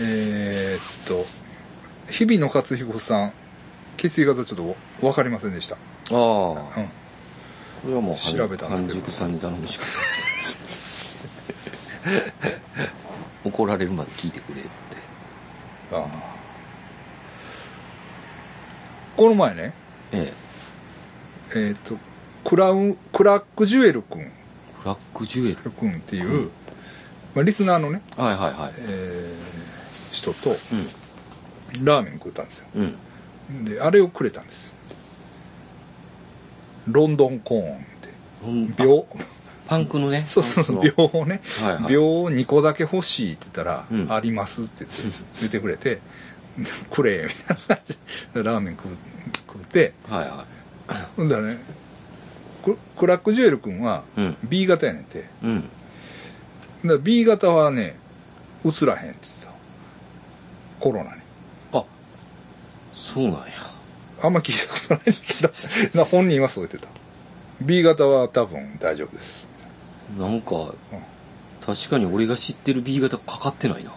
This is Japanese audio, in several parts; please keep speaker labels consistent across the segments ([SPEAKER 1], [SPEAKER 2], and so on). [SPEAKER 1] えーっと、日々の勝彦さん、血液型ちょっとわかりませんでした。
[SPEAKER 2] ああこ
[SPEAKER 1] うん。
[SPEAKER 2] れはもう
[SPEAKER 1] 調べたんですけど
[SPEAKER 2] 半熟さんに頼むしかないです 怒られるまで聞いてくれって
[SPEAKER 1] あーこの前ね、
[SPEAKER 2] ええ
[SPEAKER 1] えーっと、クラウン、クラックジュエル君、
[SPEAKER 2] ブラックジュエル
[SPEAKER 1] 君っていう、
[SPEAKER 2] うん
[SPEAKER 1] まあ、リスナーのね、
[SPEAKER 2] はいはいはい
[SPEAKER 1] えー人と
[SPEAKER 2] う
[SPEAKER 1] ラーメン食ったんですよ。
[SPEAKER 2] んうん
[SPEAKER 1] で、あれをくれたんです。ロンドンコーンって。
[SPEAKER 2] ほんあ
[SPEAKER 1] 秒、
[SPEAKER 2] パンクのね
[SPEAKER 1] そうそうそう、
[SPEAKER 2] パンク
[SPEAKER 1] 秒をね、
[SPEAKER 2] はいはい
[SPEAKER 1] 秒2個だけ欲しいって言ったら、
[SPEAKER 2] うん
[SPEAKER 1] ありますって言って言ってくれて、 くれ、みたいな話でラーメン食う食うて、
[SPEAKER 2] のはいは
[SPEAKER 1] ほんだらね、ククラックジュエル君は
[SPEAKER 2] うん
[SPEAKER 1] B 型やねんて。
[SPEAKER 2] いうん
[SPEAKER 1] だから B 型はね、映らへんって言ってたわコロナに。
[SPEAKER 2] あそうなんや
[SPEAKER 1] あんま聞いたことないけど、な本人はそう言ってた。B 型は多分大丈夫です。
[SPEAKER 2] なんか、確かに俺が知ってる B 型かかってないな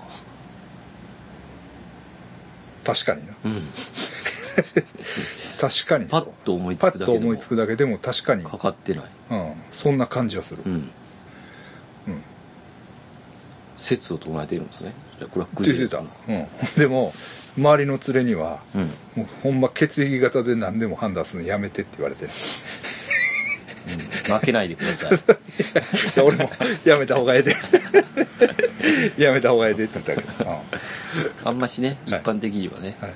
[SPEAKER 1] 確かにな。
[SPEAKER 2] うん
[SPEAKER 1] 確かにそう。
[SPEAKER 2] パッと思いつくだけ
[SPEAKER 1] パ
[SPEAKER 2] でも
[SPEAKER 1] ッと思いつくだけでも確かに、
[SPEAKER 2] かかってない
[SPEAKER 1] うん、そんな感じはする。
[SPEAKER 2] うん
[SPEAKER 1] うん
[SPEAKER 2] 説を唱えているんですねじゃあこれはグ
[SPEAKER 1] って言ってた。うん。でも、周りの連れには、
[SPEAKER 2] うん
[SPEAKER 1] もうほんま血液型で何でも判断するのやめてって言われて。
[SPEAKER 2] 負けないでく ださい
[SPEAKER 1] いや俺も、 やめた方がええで。 やめた方がええでって言ったけど。うん
[SPEAKER 2] あんましね一
[SPEAKER 1] はい
[SPEAKER 2] 般的にはね、
[SPEAKER 1] はい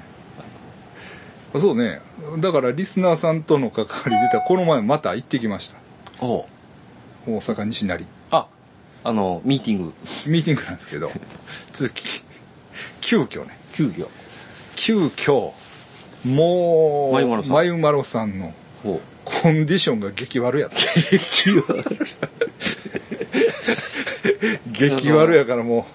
[SPEAKER 1] あそうね。だからリスナーさんとの関わり出た、この前また行ってきました。
[SPEAKER 2] おう
[SPEAKER 1] 大阪西成。
[SPEAKER 2] ああのミーティング
[SPEAKER 1] ミーティングなんですけど、ちょっとき急遽ね、
[SPEAKER 2] 急遽
[SPEAKER 1] 急遽、もう、
[SPEAKER 2] まゆまろさん
[SPEAKER 1] まゆまろさんの
[SPEAKER 2] おう
[SPEAKER 1] コンディションが激悪やった。激悪やからも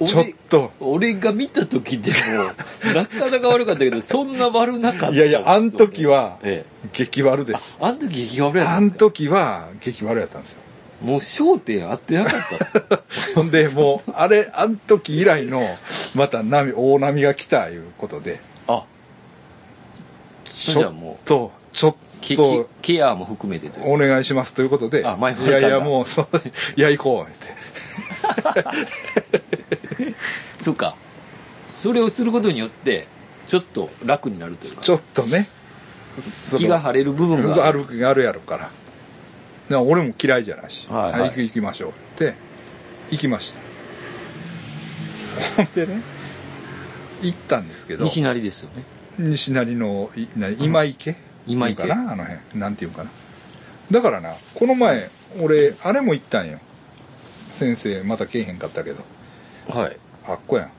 [SPEAKER 1] う、ちょっと、
[SPEAKER 2] 俺が見た時で もなかなか悪かったけどそんな悪なかった
[SPEAKER 1] いやいや、あん時は
[SPEAKER 2] え
[SPEAKER 1] 激悪で
[SPEAKER 2] え
[SPEAKER 1] す。
[SPEAKER 2] あん時激悪やった
[SPEAKER 1] あ
[SPEAKER 2] んで
[SPEAKER 1] ん
[SPEAKER 2] すよ
[SPEAKER 1] 時は激悪やったんですよ。
[SPEAKER 2] もう焦点合ってなかったっ す
[SPEAKER 1] ほんで、もう、あれ、あん時以来の、また波、大波が来たいうことで、
[SPEAKER 2] あ
[SPEAKER 1] ち
[SPEAKER 2] じ
[SPEAKER 1] ょ
[SPEAKER 2] ゃあ
[SPEAKER 1] っ
[SPEAKER 2] も
[SPEAKER 1] と、ちょっ
[SPEAKER 2] ケ
[SPEAKER 1] と、
[SPEAKER 2] ケケアも含めてという
[SPEAKER 1] お願いしますということで、
[SPEAKER 2] あ前
[SPEAKER 1] い
[SPEAKER 2] 村さ
[SPEAKER 1] や
[SPEAKER 2] ん
[SPEAKER 1] い
[SPEAKER 2] が
[SPEAKER 1] や、もう、そう、いや、行こう、って。
[SPEAKER 2] そうかそれをすることによってちょっと楽になるというか
[SPEAKER 1] ちょっとね、その
[SPEAKER 2] 気が晴れる部分が
[SPEAKER 1] ある、あるやろから。な俺も嫌いじゃないし、
[SPEAKER 2] はいはい
[SPEAKER 1] あ行く行きましょう、って、行きました。ほ んでね、行ったんですけど、
[SPEAKER 2] 西成ですよね
[SPEAKER 1] 西成のいな今池
[SPEAKER 2] 今池
[SPEAKER 1] っていうかなあの辺なんていうかなだからなこの前俺あれも行ったんよ先生また来えへんかったけど
[SPEAKER 2] はい
[SPEAKER 1] あっこやん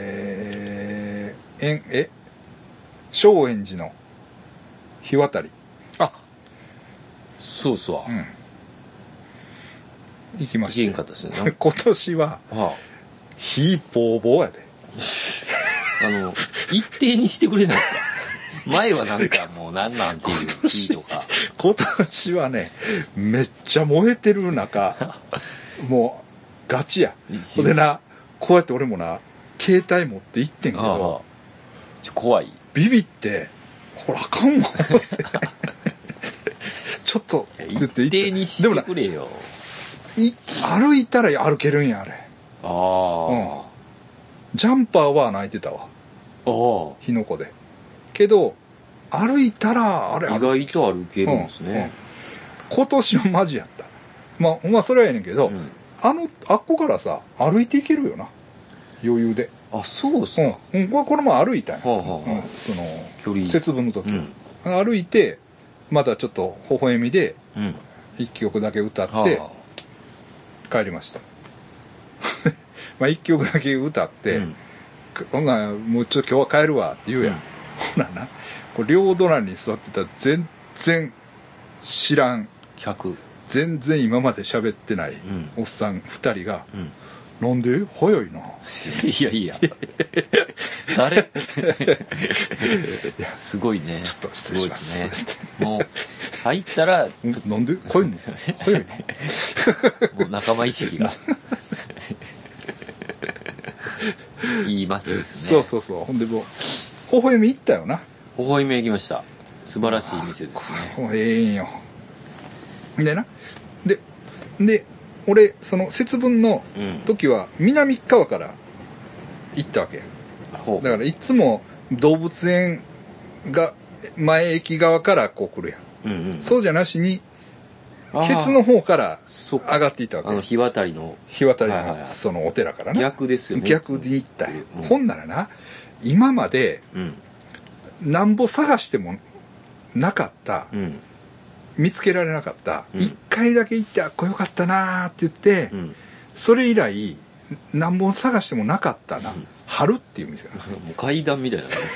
[SPEAKER 1] えー、えんえ松円寺の日渡り
[SPEAKER 2] あそうそうわ、
[SPEAKER 1] うん行きま
[SPEAKER 2] いけん
[SPEAKER 1] し
[SPEAKER 2] かった ですね
[SPEAKER 1] た 今年は
[SPEAKER 2] あ
[SPEAKER 1] 火ぼうぼうやで
[SPEAKER 2] ああの一定にしてくれないですか 前はなんかもうなんなんていういいとか
[SPEAKER 1] 今年はねめっちゃ燃えてる中 もうガチや
[SPEAKER 2] 一
[SPEAKER 1] ほんでなこうやって俺もな携帯持って行ってんけ
[SPEAKER 2] ああ
[SPEAKER 1] ど
[SPEAKER 2] ちょ怖い
[SPEAKER 1] ビビってほらあか んわちょっと
[SPEAKER 2] 一
[SPEAKER 1] 行
[SPEAKER 2] 定にし
[SPEAKER 1] でもな
[SPEAKER 2] てくれよ
[SPEAKER 1] い歩いたら歩けるんやあれ
[SPEAKER 2] ああ、
[SPEAKER 1] ジャンパーは泣いてたわ
[SPEAKER 2] あ
[SPEAKER 1] 火の粉でけど歩いたらあれ
[SPEAKER 2] あ意外と歩けるんですね、
[SPEAKER 1] 今年はマジやったまあほんまそれはええねんけど、
[SPEAKER 2] うん
[SPEAKER 1] あのあっこからさ歩いていけるよな余裕で
[SPEAKER 2] あそうっす
[SPEAKER 1] う
[SPEAKER 2] か、
[SPEAKER 1] ん、うん、これこの前歩いたんや、
[SPEAKER 2] はあはあ
[SPEAKER 1] うん、その
[SPEAKER 2] 距離
[SPEAKER 1] 節分の時、
[SPEAKER 2] うん
[SPEAKER 1] 歩いてまだちょっと微笑みで
[SPEAKER 2] うん
[SPEAKER 1] 一曲だけ歌っ
[SPEAKER 2] は
[SPEAKER 1] て帰りました、 まあ一曲だけ歌っ
[SPEAKER 2] あ
[SPEAKER 1] て、
[SPEAKER 2] うん
[SPEAKER 1] ほんならもうちょっと今日は帰るわって言うやん、
[SPEAKER 2] うん
[SPEAKER 1] ほななこう両隣に座ってたら全然知らん
[SPEAKER 2] 客
[SPEAKER 1] 全然今まで喋ってない
[SPEAKER 2] ん
[SPEAKER 1] おっさん二人が
[SPEAKER 2] う、ん
[SPEAKER 1] なんで早いな。
[SPEAKER 2] いやいや。誰 すごいね。
[SPEAKER 1] ちょっと失礼します
[SPEAKER 2] ごいですね。もう、入ったら、も
[SPEAKER 1] んなんで早いの早いな。
[SPEAKER 2] う仲間意識が。いい街です
[SPEAKER 1] そ
[SPEAKER 2] ね
[SPEAKER 1] うそうそうほんでもう微笑み行ったよな
[SPEAKER 2] 微笑みへ行きました素晴らしい店ですね
[SPEAKER 1] もうええんよでなでで俺その節分の
[SPEAKER 2] うん
[SPEAKER 1] 時は南側から行ったわけ
[SPEAKER 2] ほう
[SPEAKER 1] だからいつも動物園が前駅側からこう来るやん
[SPEAKER 2] うんうん
[SPEAKER 1] そうじゃなしに
[SPEAKER 2] あー
[SPEAKER 1] ケツの方から
[SPEAKER 2] そ
[SPEAKER 1] 上
[SPEAKER 2] っか
[SPEAKER 1] がっていった
[SPEAKER 2] あ
[SPEAKER 1] わ
[SPEAKER 2] の
[SPEAKER 1] け
[SPEAKER 2] 日渡りの
[SPEAKER 1] 日渡り
[SPEAKER 2] はいはいは
[SPEAKER 1] の
[SPEAKER 2] い
[SPEAKER 1] そのお寺からな
[SPEAKER 2] 逆ですよね
[SPEAKER 1] 逆で行ったよ
[SPEAKER 2] うん
[SPEAKER 1] ほんならな今まで
[SPEAKER 2] うん
[SPEAKER 1] なんぼ探してもなかった
[SPEAKER 2] うん
[SPEAKER 1] 見つけられなかった、
[SPEAKER 2] うん
[SPEAKER 1] 一回だけ行ってあっこよかったなーって言って、
[SPEAKER 2] うん
[SPEAKER 1] それ以来何本探してもなかったな、春っていう店が い
[SPEAKER 2] もう階段みたいなのですね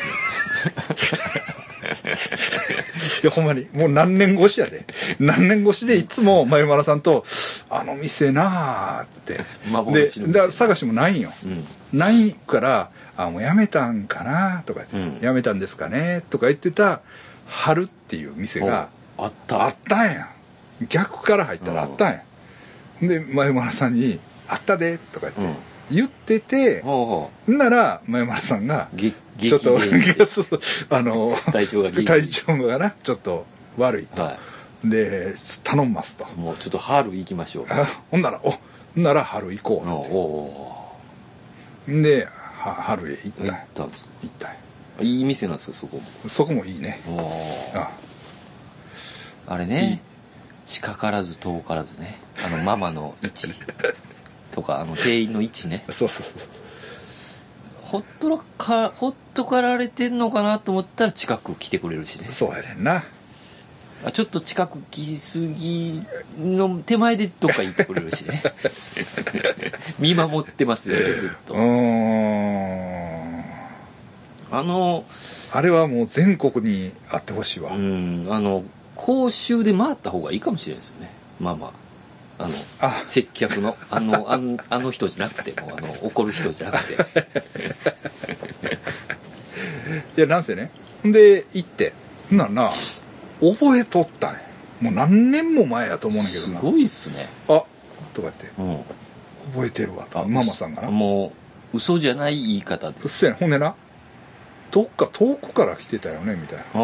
[SPEAKER 1] やほんまにもう何年越しやで何年越しでいつもまゆまらさんと「あの店なー」ってで
[SPEAKER 2] 幻の店
[SPEAKER 1] だから探してもないんよ
[SPEAKER 2] うん
[SPEAKER 1] ないから「あもうやめたんかな」とか言って
[SPEAKER 2] うん
[SPEAKER 1] やめたんですかね」とか言ってた春っていう店が
[SPEAKER 2] ほうあった
[SPEAKER 1] あったんや逆から入ったらあったんや、で前村さんに「あったで」とか言って、言ってて
[SPEAKER 2] ほうほ
[SPEAKER 1] んなら前村さんが
[SPEAKER 2] うげ激
[SPEAKER 1] ちょっと
[SPEAKER 2] 励して
[SPEAKER 1] そうあの
[SPEAKER 2] 体調が激
[SPEAKER 1] 体調がなちょっと悪いと、
[SPEAKER 2] は
[SPEAKER 1] で頼んますと
[SPEAKER 2] いもうちょっと春行きましょう
[SPEAKER 1] あほんならおほんなら春行
[SPEAKER 2] おうお
[SPEAKER 1] こう、では春へ行
[SPEAKER 2] うおう
[SPEAKER 1] ったん
[SPEAKER 2] 行っ
[SPEAKER 1] や
[SPEAKER 2] たんですか
[SPEAKER 1] 行ったんや
[SPEAKER 2] いい店なんですかそこも
[SPEAKER 1] そこもいいね
[SPEAKER 2] おー
[SPEAKER 1] あ
[SPEAKER 2] あれね近からず遠からずねあのママの位置とかあの店員の位置ね
[SPEAKER 1] そうそうそうそう
[SPEAKER 2] ほっとらかほっとかられてんのかなと思ったら近く来てくれるしね
[SPEAKER 1] そうやねんな
[SPEAKER 2] あちょっと近く来すぎの手前でどっか行ってくれるしね見守ってますよねずっ
[SPEAKER 1] う
[SPEAKER 2] と
[SPEAKER 1] ーん
[SPEAKER 2] あの
[SPEAKER 1] あれはもう全国にあってほしいわ、
[SPEAKER 2] うんあの公衆で回った方がいいかもしれないですよねママあの
[SPEAKER 1] あ
[SPEAKER 2] 接客のあのあのあの人じゃなくてもうあの怒る人じゃ なくて
[SPEAKER 1] いやなんせねで行ってほんならな覚えとったねもう何年も前やと思うねんだけ
[SPEAKER 2] す
[SPEAKER 1] どな
[SPEAKER 2] ごいっすね
[SPEAKER 1] あとかって
[SPEAKER 2] うん
[SPEAKER 1] 覚えてるわと
[SPEAKER 2] あ
[SPEAKER 1] ママさんがな
[SPEAKER 2] もう嘘じゃない言い方で
[SPEAKER 1] うっ
[SPEAKER 2] す
[SPEAKER 1] せえなほんでなどっか遠くから来てたよねみたいな
[SPEAKER 2] お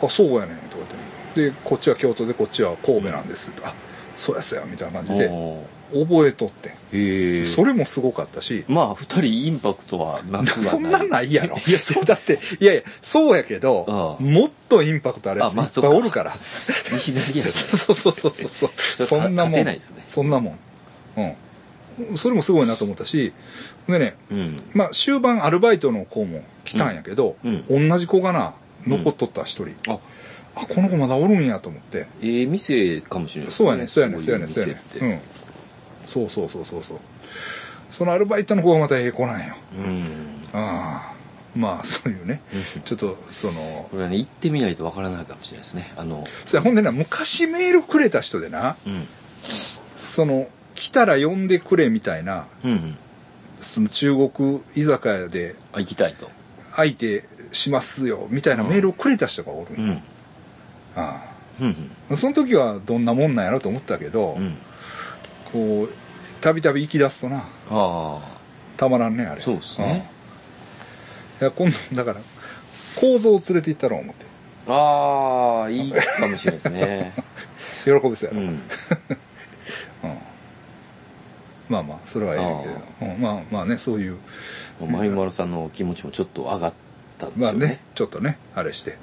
[SPEAKER 2] うお
[SPEAKER 1] あそうやねんとかってでこっちは京都でこっちは神戸なんです、あそうやそうやみたいな感
[SPEAKER 2] う
[SPEAKER 1] じ
[SPEAKER 2] おう
[SPEAKER 1] で
[SPEAKER 2] おう
[SPEAKER 1] 覚えとって
[SPEAKER 2] へえ
[SPEAKER 1] それもすごかったし
[SPEAKER 2] まあ二人インパクトはなくはない
[SPEAKER 1] そんなんないやろ。いや、そうだって、いやいや、そうやけど、
[SPEAKER 2] う
[SPEAKER 1] もっとインパクトあるやつい
[SPEAKER 2] あまあ
[SPEAKER 1] っぱいおるから。
[SPEAKER 2] 西成やし
[SPEAKER 1] そうそうそうそうそう。
[SPEAKER 2] それ
[SPEAKER 1] そんな
[SPEAKER 2] 勝
[SPEAKER 1] も
[SPEAKER 2] て
[SPEAKER 1] ん。
[SPEAKER 2] ないですね
[SPEAKER 1] そんなもん。うん。それもすごいなと思ったし、でね、
[SPEAKER 2] うん
[SPEAKER 1] まあ終盤アルバイトの子も来たんやけど、
[SPEAKER 2] うん
[SPEAKER 1] 同じ子がな、残っとった一人、
[SPEAKER 2] あ
[SPEAKER 1] あ、この子まだおるんやと思って。
[SPEAKER 2] ええ店かもしれないです
[SPEAKER 1] そうやね、そうやね、そうやね、
[SPEAKER 2] こ
[SPEAKER 1] そうう
[SPEAKER 2] い
[SPEAKER 1] や
[SPEAKER 2] う
[SPEAKER 1] ね
[SPEAKER 2] 店。っ
[SPEAKER 1] うん。そうそうそうそうそう。そのアルバイトの子がまたええ子なんよ。
[SPEAKER 2] てうん
[SPEAKER 1] ああ。まあ、そういうね。ちょっと、その、
[SPEAKER 2] これはね行ってみないとわからないかもしれないですねあの
[SPEAKER 1] そやほんでな昔メールくれた人でな
[SPEAKER 2] うん
[SPEAKER 1] その来たら呼んでくれみたいな
[SPEAKER 2] うんうん
[SPEAKER 1] その中国居酒屋で
[SPEAKER 2] あ行きたいと
[SPEAKER 1] 相手しますよみたいなメールをくれた人がおるん
[SPEAKER 2] う
[SPEAKER 1] よ、
[SPEAKER 2] ん
[SPEAKER 1] あ
[SPEAKER 2] うん
[SPEAKER 1] あその時はどんなもんなんやろと思ったけど、
[SPEAKER 2] うんうん
[SPEAKER 1] こうたびたび行き出すとな
[SPEAKER 2] あ
[SPEAKER 1] たまらんねあ
[SPEAKER 2] あ
[SPEAKER 1] れ
[SPEAKER 2] そうですね
[SPEAKER 1] うんいや今度だから構造を連れて行ったろう思って
[SPEAKER 2] ああいいかもしれないですね
[SPEAKER 1] 喜びそうや
[SPEAKER 2] う
[SPEAKER 1] ろ、
[SPEAKER 2] ん
[SPEAKER 1] まあまあそれはええねんけど、うん、まあまあねそういう
[SPEAKER 2] まゆまるさんのお気持ちもちょっと上がったんです
[SPEAKER 1] まあ
[SPEAKER 2] よ
[SPEAKER 1] ね
[SPEAKER 2] ね
[SPEAKER 1] ちょっとねあれして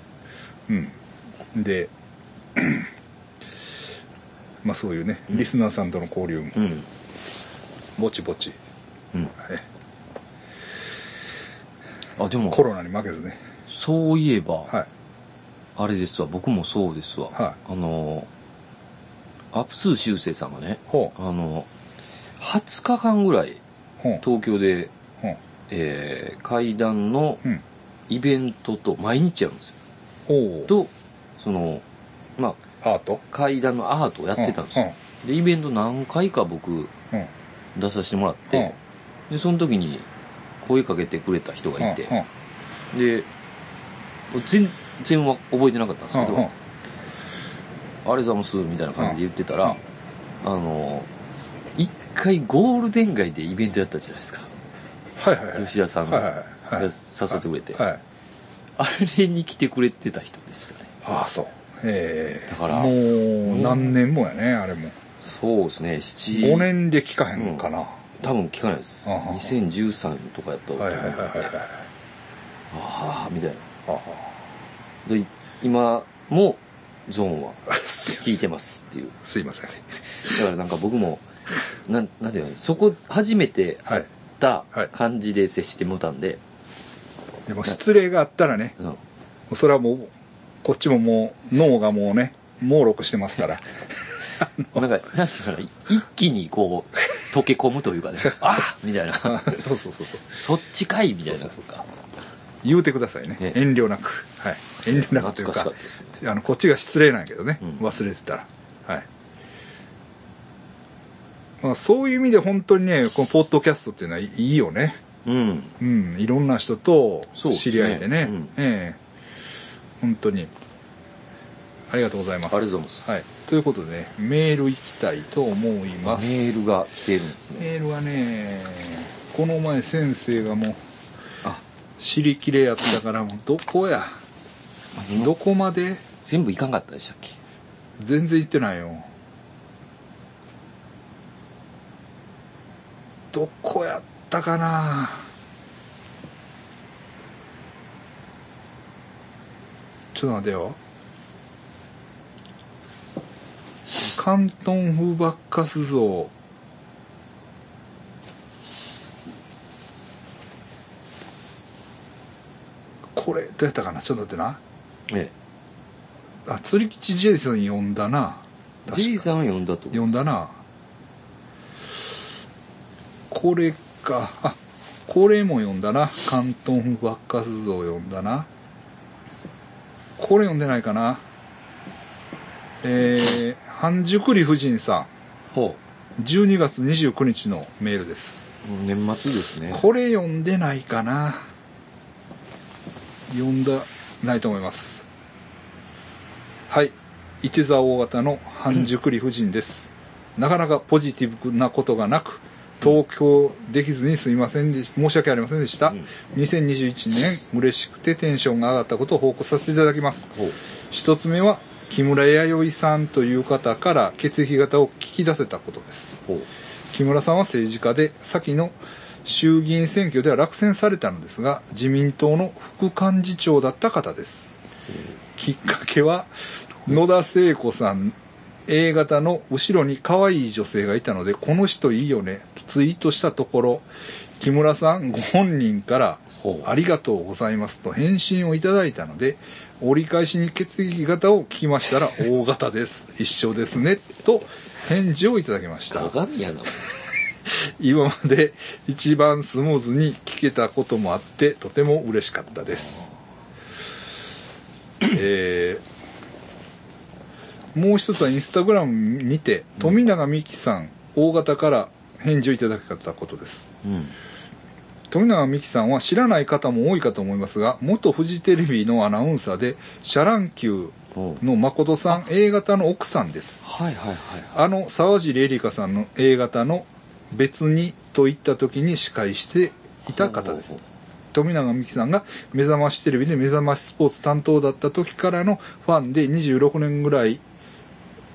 [SPEAKER 1] うんで まあそういうねリスナーさんとの交流も
[SPEAKER 2] うん
[SPEAKER 1] ぼちぼち、
[SPEAKER 2] うん
[SPEAKER 1] え
[SPEAKER 2] あでも
[SPEAKER 1] コロナに負けずね
[SPEAKER 2] そういえば
[SPEAKER 1] はい
[SPEAKER 2] あれですわ、僕もそうですわ。
[SPEAKER 1] は
[SPEAKER 2] あのー、アプスー修正さんがね、
[SPEAKER 1] ほう
[SPEAKER 2] あのー、20日間ぐらい、
[SPEAKER 1] ほう
[SPEAKER 2] 東京で、
[SPEAKER 1] ほう
[SPEAKER 2] えー、会談の
[SPEAKER 1] うん
[SPEAKER 2] イベントと、毎日やるんですよ。
[SPEAKER 1] ほう
[SPEAKER 2] と、その、まあ、
[SPEAKER 1] アート
[SPEAKER 2] 会談のアートをやってたんですよ。で、イベント何回か僕、
[SPEAKER 1] うんうん
[SPEAKER 2] 出させてもらっ
[SPEAKER 1] うん
[SPEAKER 2] て、で、その時に声かけてくれた人がいて
[SPEAKER 1] うん、
[SPEAKER 2] で、全然は覚えてなかったんです
[SPEAKER 1] う
[SPEAKER 2] け
[SPEAKER 1] んうん
[SPEAKER 2] ど、あれざますみたいな感じで言ってたら、あの、一回ゴールデン街でイベントやったじゃないですか。
[SPEAKER 1] はいはいはい
[SPEAKER 2] 吉田さん
[SPEAKER 1] はい
[SPEAKER 2] が
[SPEAKER 1] はいはい
[SPEAKER 2] 誘ってくれて、
[SPEAKER 1] はい
[SPEAKER 2] あれに来てくれてた人でしたね
[SPEAKER 1] ああそうええ
[SPEAKER 2] だから
[SPEAKER 1] もう何年もやねあれも
[SPEAKER 2] そうですね7
[SPEAKER 1] 5年で聞かへんかな、
[SPEAKER 2] 多分聞かないです
[SPEAKER 1] あはは
[SPEAKER 2] 2013とかやったと思う
[SPEAKER 1] はいはいは
[SPEAKER 2] んで
[SPEAKER 1] いはいはい
[SPEAKER 2] ああみたいな
[SPEAKER 1] あ
[SPEAKER 2] で今もゾーンは
[SPEAKER 1] あす
[SPEAKER 2] 聞いてますっていう
[SPEAKER 1] すいません
[SPEAKER 2] だからなんか僕もなんなんていうのそこ初めて
[SPEAKER 1] は
[SPEAKER 2] 会
[SPEAKER 1] い
[SPEAKER 2] った
[SPEAKER 1] はい
[SPEAKER 2] 感じで接してもたんで、
[SPEAKER 1] でも失礼があったらね
[SPEAKER 2] うん
[SPEAKER 1] それはもうこっちももう脳がもうね猛録してますから
[SPEAKER 2] なんか、なんていうかな、一気にこう、溶け込むというかね、あみたいな、
[SPEAKER 1] そうそうそうそう
[SPEAKER 2] そっちかいみたいな。
[SPEAKER 1] そうそうそう言うてくださいね
[SPEAKER 2] ね
[SPEAKER 1] 遠慮なく、はい、遠慮なくという
[SPEAKER 2] 懐
[SPEAKER 1] か
[SPEAKER 2] かしかったですね。
[SPEAKER 1] あのこっちが失礼なんやけどね、
[SPEAKER 2] うん
[SPEAKER 1] 忘れてたらはい、まあ、そういう意味で本当にねこのポッドキャストっていうのはいいいよね
[SPEAKER 2] うん。
[SPEAKER 1] うんいろんな人と
[SPEAKER 2] そうです
[SPEAKER 1] 知
[SPEAKER 2] ね
[SPEAKER 1] り合えてね
[SPEAKER 2] うん
[SPEAKER 1] ええ本当にありがとうございます
[SPEAKER 2] ありがとうございます
[SPEAKER 1] はい、ということでねメールいきたいと思い
[SPEAKER 2] メ
[SPEAKER 1] ます
[SPEAKER 2] ールが来てるんですね。
[SPEAKER 1] メールはねこの前先生がもう
[SPEAKER 2] あ、
[SPEAKER 1] 知りきれやったからもうどこやどこまで
[SPEAKER 2] 全部いかんかったでしたっけ
[SPEAKER 1] 全然行ってないよどこやったかなちょっと待てよ広東風バッカス像これどうやったかなちょっと待ってな
[SPEAKER 2] え
[SPEAKER 1] あ釣り吉ジェイソン呼んだな
[SPEAKER 2] え。
[SPEAKER 1] 確か
[SPEAKER 2] ジェイさんは呼んだと思
[SPEAKER 1] 読
[SPEAKER 2] う。
[SPEAKER 1] んだなこれかあこれも読んだな「関東風バッカス像」読んだなこれ読んでないかなえー、半熟理夫人さ
[SPEAKER 2] ほ
[SPEAKER 1] ん12月29日のメールです
[SPEAKER 2] う。もう年末ですね。
[SPEAKER 1] これ読んでないかな読んだないと思いますはい伊手座大型の半熟理夫人です、なかなかポジティブなことがなく東京できずにすみませんでし申し訳ありませんでした、
[SPEAKER 2] うん
[SPEAKER 1] 2021年嬉しくてテンションが上がったことを報告させていただきます
[SPEAKER 2] ほう。
[SPEAKER 1] 一つ目は木村弥生さんという方から血液型を聞き出せたことです
[SPEAKER 2] ほう。
[SPEAKER 1] 木村さんは政治家で先の衆議院選挙では落選されたのですが自民党の副幹事長だった方ですきっかけは野田聖子さん A 型の後ろに可愛い女性がいたのでこの人いいよねとツイートしたところ木村さんご本人から
[SPEAKER 2] ほう
[SPEAKER 1] ありがとうございますと返信をいただいたので折り返しに血液型を聞きましたら O 型です一緒ですねと返事をいただきました
[SPEAKER 2] 鏡やな。
[SPEAKER 1] 今まで一番スムーズに聞けたこともあってとても嬉しかったですえーもう一つはインスタグラムにて富永美樹さん O 型から返事をいただけたことです
[SPEAKER 2] うん。
[SPEAKER 1] 富永美樹さんは知らない方も多いかと思いますが元フジテレビのアナウンサーでシャランキュ
[SPEAKER 2] ほ
[SPEAKER 1] ー
[SPEAKER 2] う。
[SPEAKER 1] の誠さん A 型の奥さんです
[SPEAKER 2] はいはいはいは
[SPEAKER 1] あの沢尻エリカさんの A 型の「別に」といった時に司会してい
[SPEAKER 2] い。
[SPEAKER 1] た方です
[SPEAKER 2] ほう
[SPEAKER 1] 富永美樹さんが「目覚ましテレビ」で「目覚ましスポーツ」担当だった時からのファンで26年ぐらい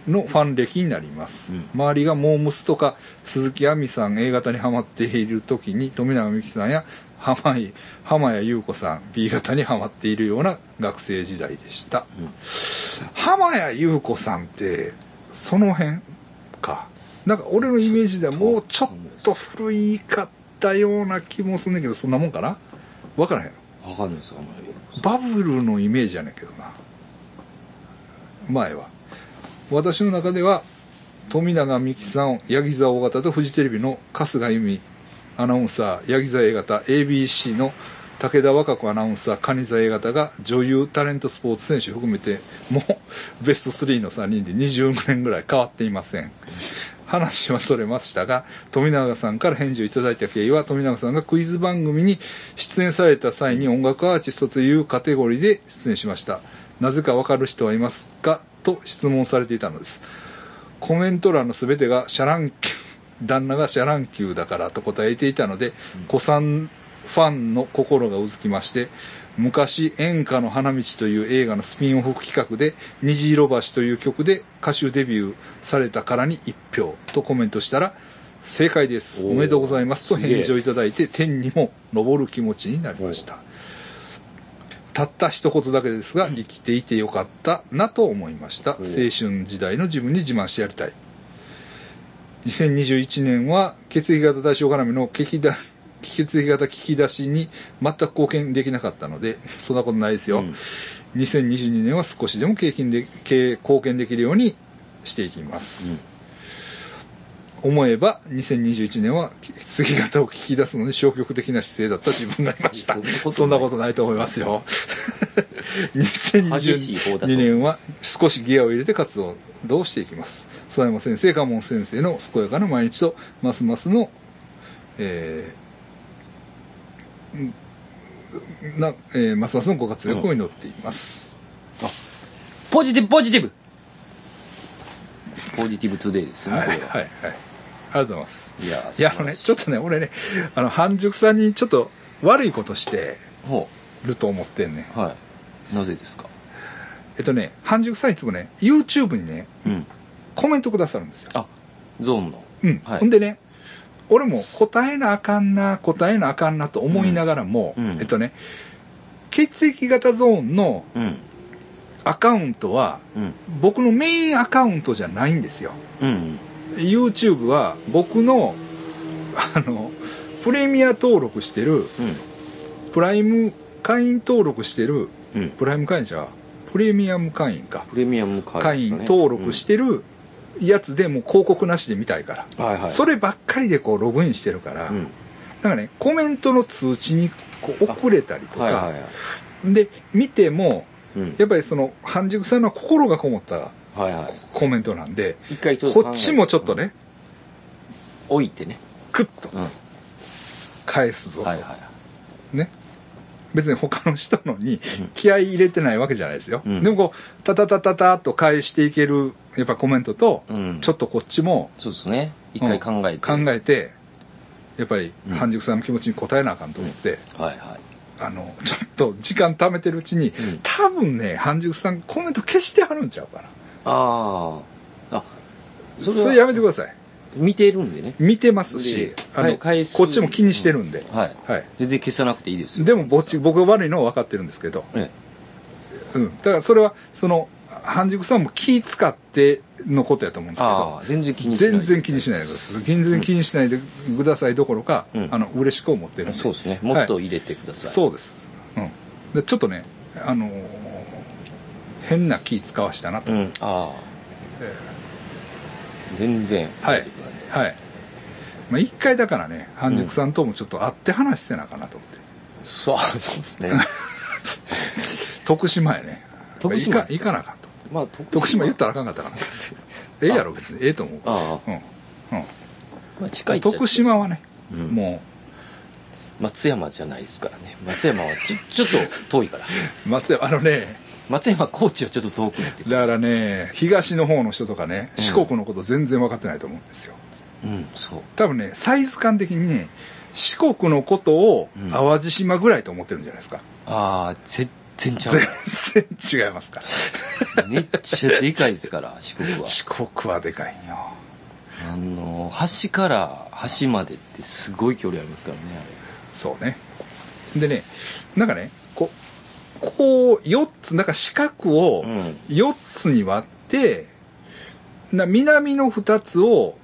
[SPEAKER 1] のファン歴になります、
[SPEAKER 2] うん
[SPEAKER 1] 周りがモームスとか鈴木亜美さん A 型にハマっている時に富永美樹さんや浜井浜谷優子さん B 型にハマっているような学生時代でした、
[SPEAKER 2] うん
[SPEAKER 1] 浜谷優子さんってその辺かなんか俺のイメージではもうちょっと古いかったような気もすんねんけどそんなもんかな分からへん
[SPEAKER 2] ほうわかんないです、あんまり。
[SPEAKER 1] バブルのイメージやねんけどな前は私の中では富永美樹さん八木座 O 型とフジテレビの春日由美アナウンサー八木座 A 型 ABC の武田和歌子アナウンサー蟹座 A 型が女優タレントスポーツ選手含めてもうベスト3の3人で20年ぐらい変わっていません話はそれましたが富永さんから返事をいただいた経緯は富永さんがクイズ番組に出演された際に音楽アーティストというカテゴリーで出演しましたなぜかわかる人はいますかと質問されていたのですコメント欄の全てがシャランキュー旦那がシャラン級だからと答えていたので、古参ファンの心がうずきまして昔「演歌の花道」という映画のスピンオフ企画で「虹色橋」という曲で歌手デビューされたからに1票とコメントしたら「正解です
[SPEAKER 2] おー
[SPEAKER 1] おめでとうございます」と
[SPEAKER 2] すげえ
[SPEAKER 1] 返事をいただいて天にも昇る気持ちになりましたたった一言だけですが生きていてよかったなと思いました青春時代の自分に自慢してやりたい2021年は血液型大小絡みの激だ 血液型聞き出しに全く貢献できなかったのでそんなことないですよ、
[SPEAKER 2] うん
[SPEAKER 1] 2022年は少しでも経験で経貢献できるようにしていきます、思えば2021年は血液型を聞き出すのに消極的な姿勢だった自分がいました
[SPEAKER 2] いやそんなこ
[SPEAKER 1] そんなこと
[SPEAKER 2] とない
[SPEAKER 1] ないと思います よ
[SPEAKER 2] 激しい方だと思
[SPEAKER 1] 2022
[SPEAKER 2] います
[SPEAKER 1] 年は少しギアを入れて活動をしていきます曽山先生賀門先生の健やかな毎日とますますのえーんなえーますますのご活躍を祈っています、
[SPEAKER 2] ポジティブ、ポジティブポジティブトゥデイですね、
[SPEAKER 1] はい
[SPEAKER 2] こ
[SPEAKER 1] は
[SPEAKER 2] れ
[SPEAKER 1] い
[SPEAKER 2] は。
[SPEAKER 1] はいありがとうございます
[SPEAKER 2] いや
[SPEAKER 1] いやあのねちょっとね俺ねあの半熟さんにちょっと悪いことして
[SPEAKER 2] ほ
[SPEAKER 1] ると思ってんね
[SPEAKER 2] う。はい。なぜですか
[SPEAKER 1] えっとね半熟さんいつもね YouTube にね
[SPEAKER 2] うん。
[SPEAKER 1] コメントくださるんですよ
[SPEAKER 2] あ、ゾーンの。
[SPEAKER 1] うん、
[SPEAKER 2] はい
[SPEAKER 1] ほんでね俺も答えなあかんな答えなあかんなと思いながらも、
[SPEAKER 2] うんうん
[SPEAKER 1] えっとね血液型ゾーンの
[SPEAKER 2] うん。
[SPEAKER 1] アカウントは
[SPEAKER 2] うん。
[SPEAKER 1] 僕のメインアカウントじゃないんですよ
[SPEAKER 2] うん。
[SPEAKER 1] YouTube は僕のあのプレミア登録してる
[SPEAKER 2] うん。
[SPEAKER 1] プライム会員登録してる
[SPEAKER 2] うん。
[SPEAKER 1] プライム会員じゃプレミアム会員か
[SPEAKER 2] プレミアム会
[SPEAKER 1] 会員登録してるやつでもう広告なしで見たいから、
[SPEAKER 2] て、はいはい。
[SPEAKER 1] そればっかりでこうログインしてるから、
[SPEAKER 2] うん。
[SPEAKER 1] なんかね、コメントの通知にこう遅れたりとか、
[SPEAKER 2] はいはいはい。
[SPEAKER 1] で、見ても、
[SPEAKER 2] うん。
[SPEAKER 1] やっぱりその、半熟さんの心がこもった
[SPEAKER 2] はいはい。
[SPEAKER 1] コメントなんで、
[SPEAKER 2] 一回ちょっと考
[SPEAKER 1] こっ
[SPEAKER 2] え
[SPEAKER 1] てちもちょっと。ね、
[SPEAKER 2] 置いてね。
[SPEAKER 1] クッと
[SPEAKER 2] うん。は
[SPEAKER 1] 返すぞ
[SPEAKER 2] い
[SPEAKER 1] と、
[SPEAKER 2] はいはい。
[SPEAKER 1] ね。別に他の人のに気合い入れてないわけじゃないですよ。
[SPEAKER 2] うん
[SPEAKER 1] でもこう、タタタタタっと返していける、やっぱコメントと、
[SPEAKER 2] うん。
[SPEAKER 1] ちょっとこっちも
[SPEAKER 2] そうですね。一回考えて。
[SPEAKER 1] 考
[SPEAKER 2] はい
[SPEAKER 1] えて、やっぱり
[SPEAKER 2] うん
[SPEAKER 1] 半熟さんの気持ちに応えなあかんと思って、
[SPEAKER 2] はい。
[SPEAKER 1] あの、ちょっと時間貯めてるうちに、
[SPEAKER 2] ん
[SPEAKER 1] 多分ね、半熟さんコメント消してはるんちゃうかな。
[SPEAKER 2] ああ。あ、
[SPEAKER 1] それ
[SPEAKER 2] それ
[SPEAKER 1] や
[SPEAKER 2] は
[SPEAKER 1] めてください。
[SPEAKER 2] 見てるんでね。
[SPEAKER 1] 見てますし
[SPEAKER 2] で、
[SPEAKER 1] あの、
[SPEAKER 2] はい返す
[SPEAKER 1] こっちも気にしてるんで。
[SPEAKER 2] はい。
[SPEAKER 1] はい。
[SPEAKER 2] 全然消さなくていいですよ。
[SPEAKER 1] でも、ぼっち、僕が悪いのは分かってるんですけど、
[SPEAKER 2] え
[SPEAKER 1] うん。だからそれは、その、半熟さんも気使ってのことやと思うんですけ
[SPEAKER 2] あ
[SPEAKER 1] ど、
[SPEAKER 2] あ、全然気にしない。
[SPEAKER 1] 全然気にしないでください。全然気にしないでくださいどころか、
[SPEAKER 2] うん
[SPEAKER 1] あの、嬉しく思ってるんで。
[SPEAKER 2] そうですね。もっと入れてください。
[SPEAKER 1] そうです。うん。でちょっとね、あのー変な気使わしたなと。
[SPEAKER 2] うん。ああ。全然。
[SPEAKER 1] はい。はい。まあ、一回だからね、半熟さんともちょっと会って話せなあかなと思って。
[SPEAKER 2] そう、そうですね。
[SPEAKER 1] 徳島へね。
[SPEAKER 2] 徳島
[SPEAKER 1] 行か行かなあかんと。
[SPEAKER 2] まあ、
[SPEAKER 1] 徳島言ったらあかんかった から。ええやろ、別に。ええと思う。
[SPEAKER 2] あ
[SPEAKER 1] うん。
[SPEAKER 2] まあ、近
[SPEAKER 1] う
[SPEAKER 2] い
[SPEAKER 1] ん。
[SPEAKER 2] っちゃ近い
[SPEAKER 1] 徳島はね、
[SPEAKER 2] うん
[SPEAKER 1] も
[SPEAKER 2] 松山じゃないですからね。松山はちょ、ちょっと遠い から。
[SPEAKER 1] う、松山、あのね、
[SPEAKER 2] 松山コーチはちょっと遠くなってくる。
[SPEAKER 1] だからね、東の方の人とかね、
[SPEAKER 2] うん
[SPEAKER 1] 四国のこと全然分かってないと思うんですよ。
[SPEAKER 2] うん、そう。
[SPEAKER 1] 多分ね、サイズ感的にね、四国のことを
[SPEAKER 2] うん
[SPEAKER 1] 淡路島ぐらいと思ってるんじゃないですか。
[SPEAKER 2] ああ、全然ちゃうか
[SPEAKER 1] 全然違いますから。
[SPEAKER 2] ら。めっちゃでかいですから、 四国は。
[SPEAKER 1] 四国はでかいんよ。
[SPEAKER 2] あの、端から端までってすごい距離ありますからね、
[SPEAKER 1] そうね。でね、なんかね、こう、こう、4つ、なんか四角
[SPEAKER 2] あ
[SPEAKER 1] を
[SPEAKER 2] れ。うん。
[SPEAKER 1] 4つに割って、な南の2つを、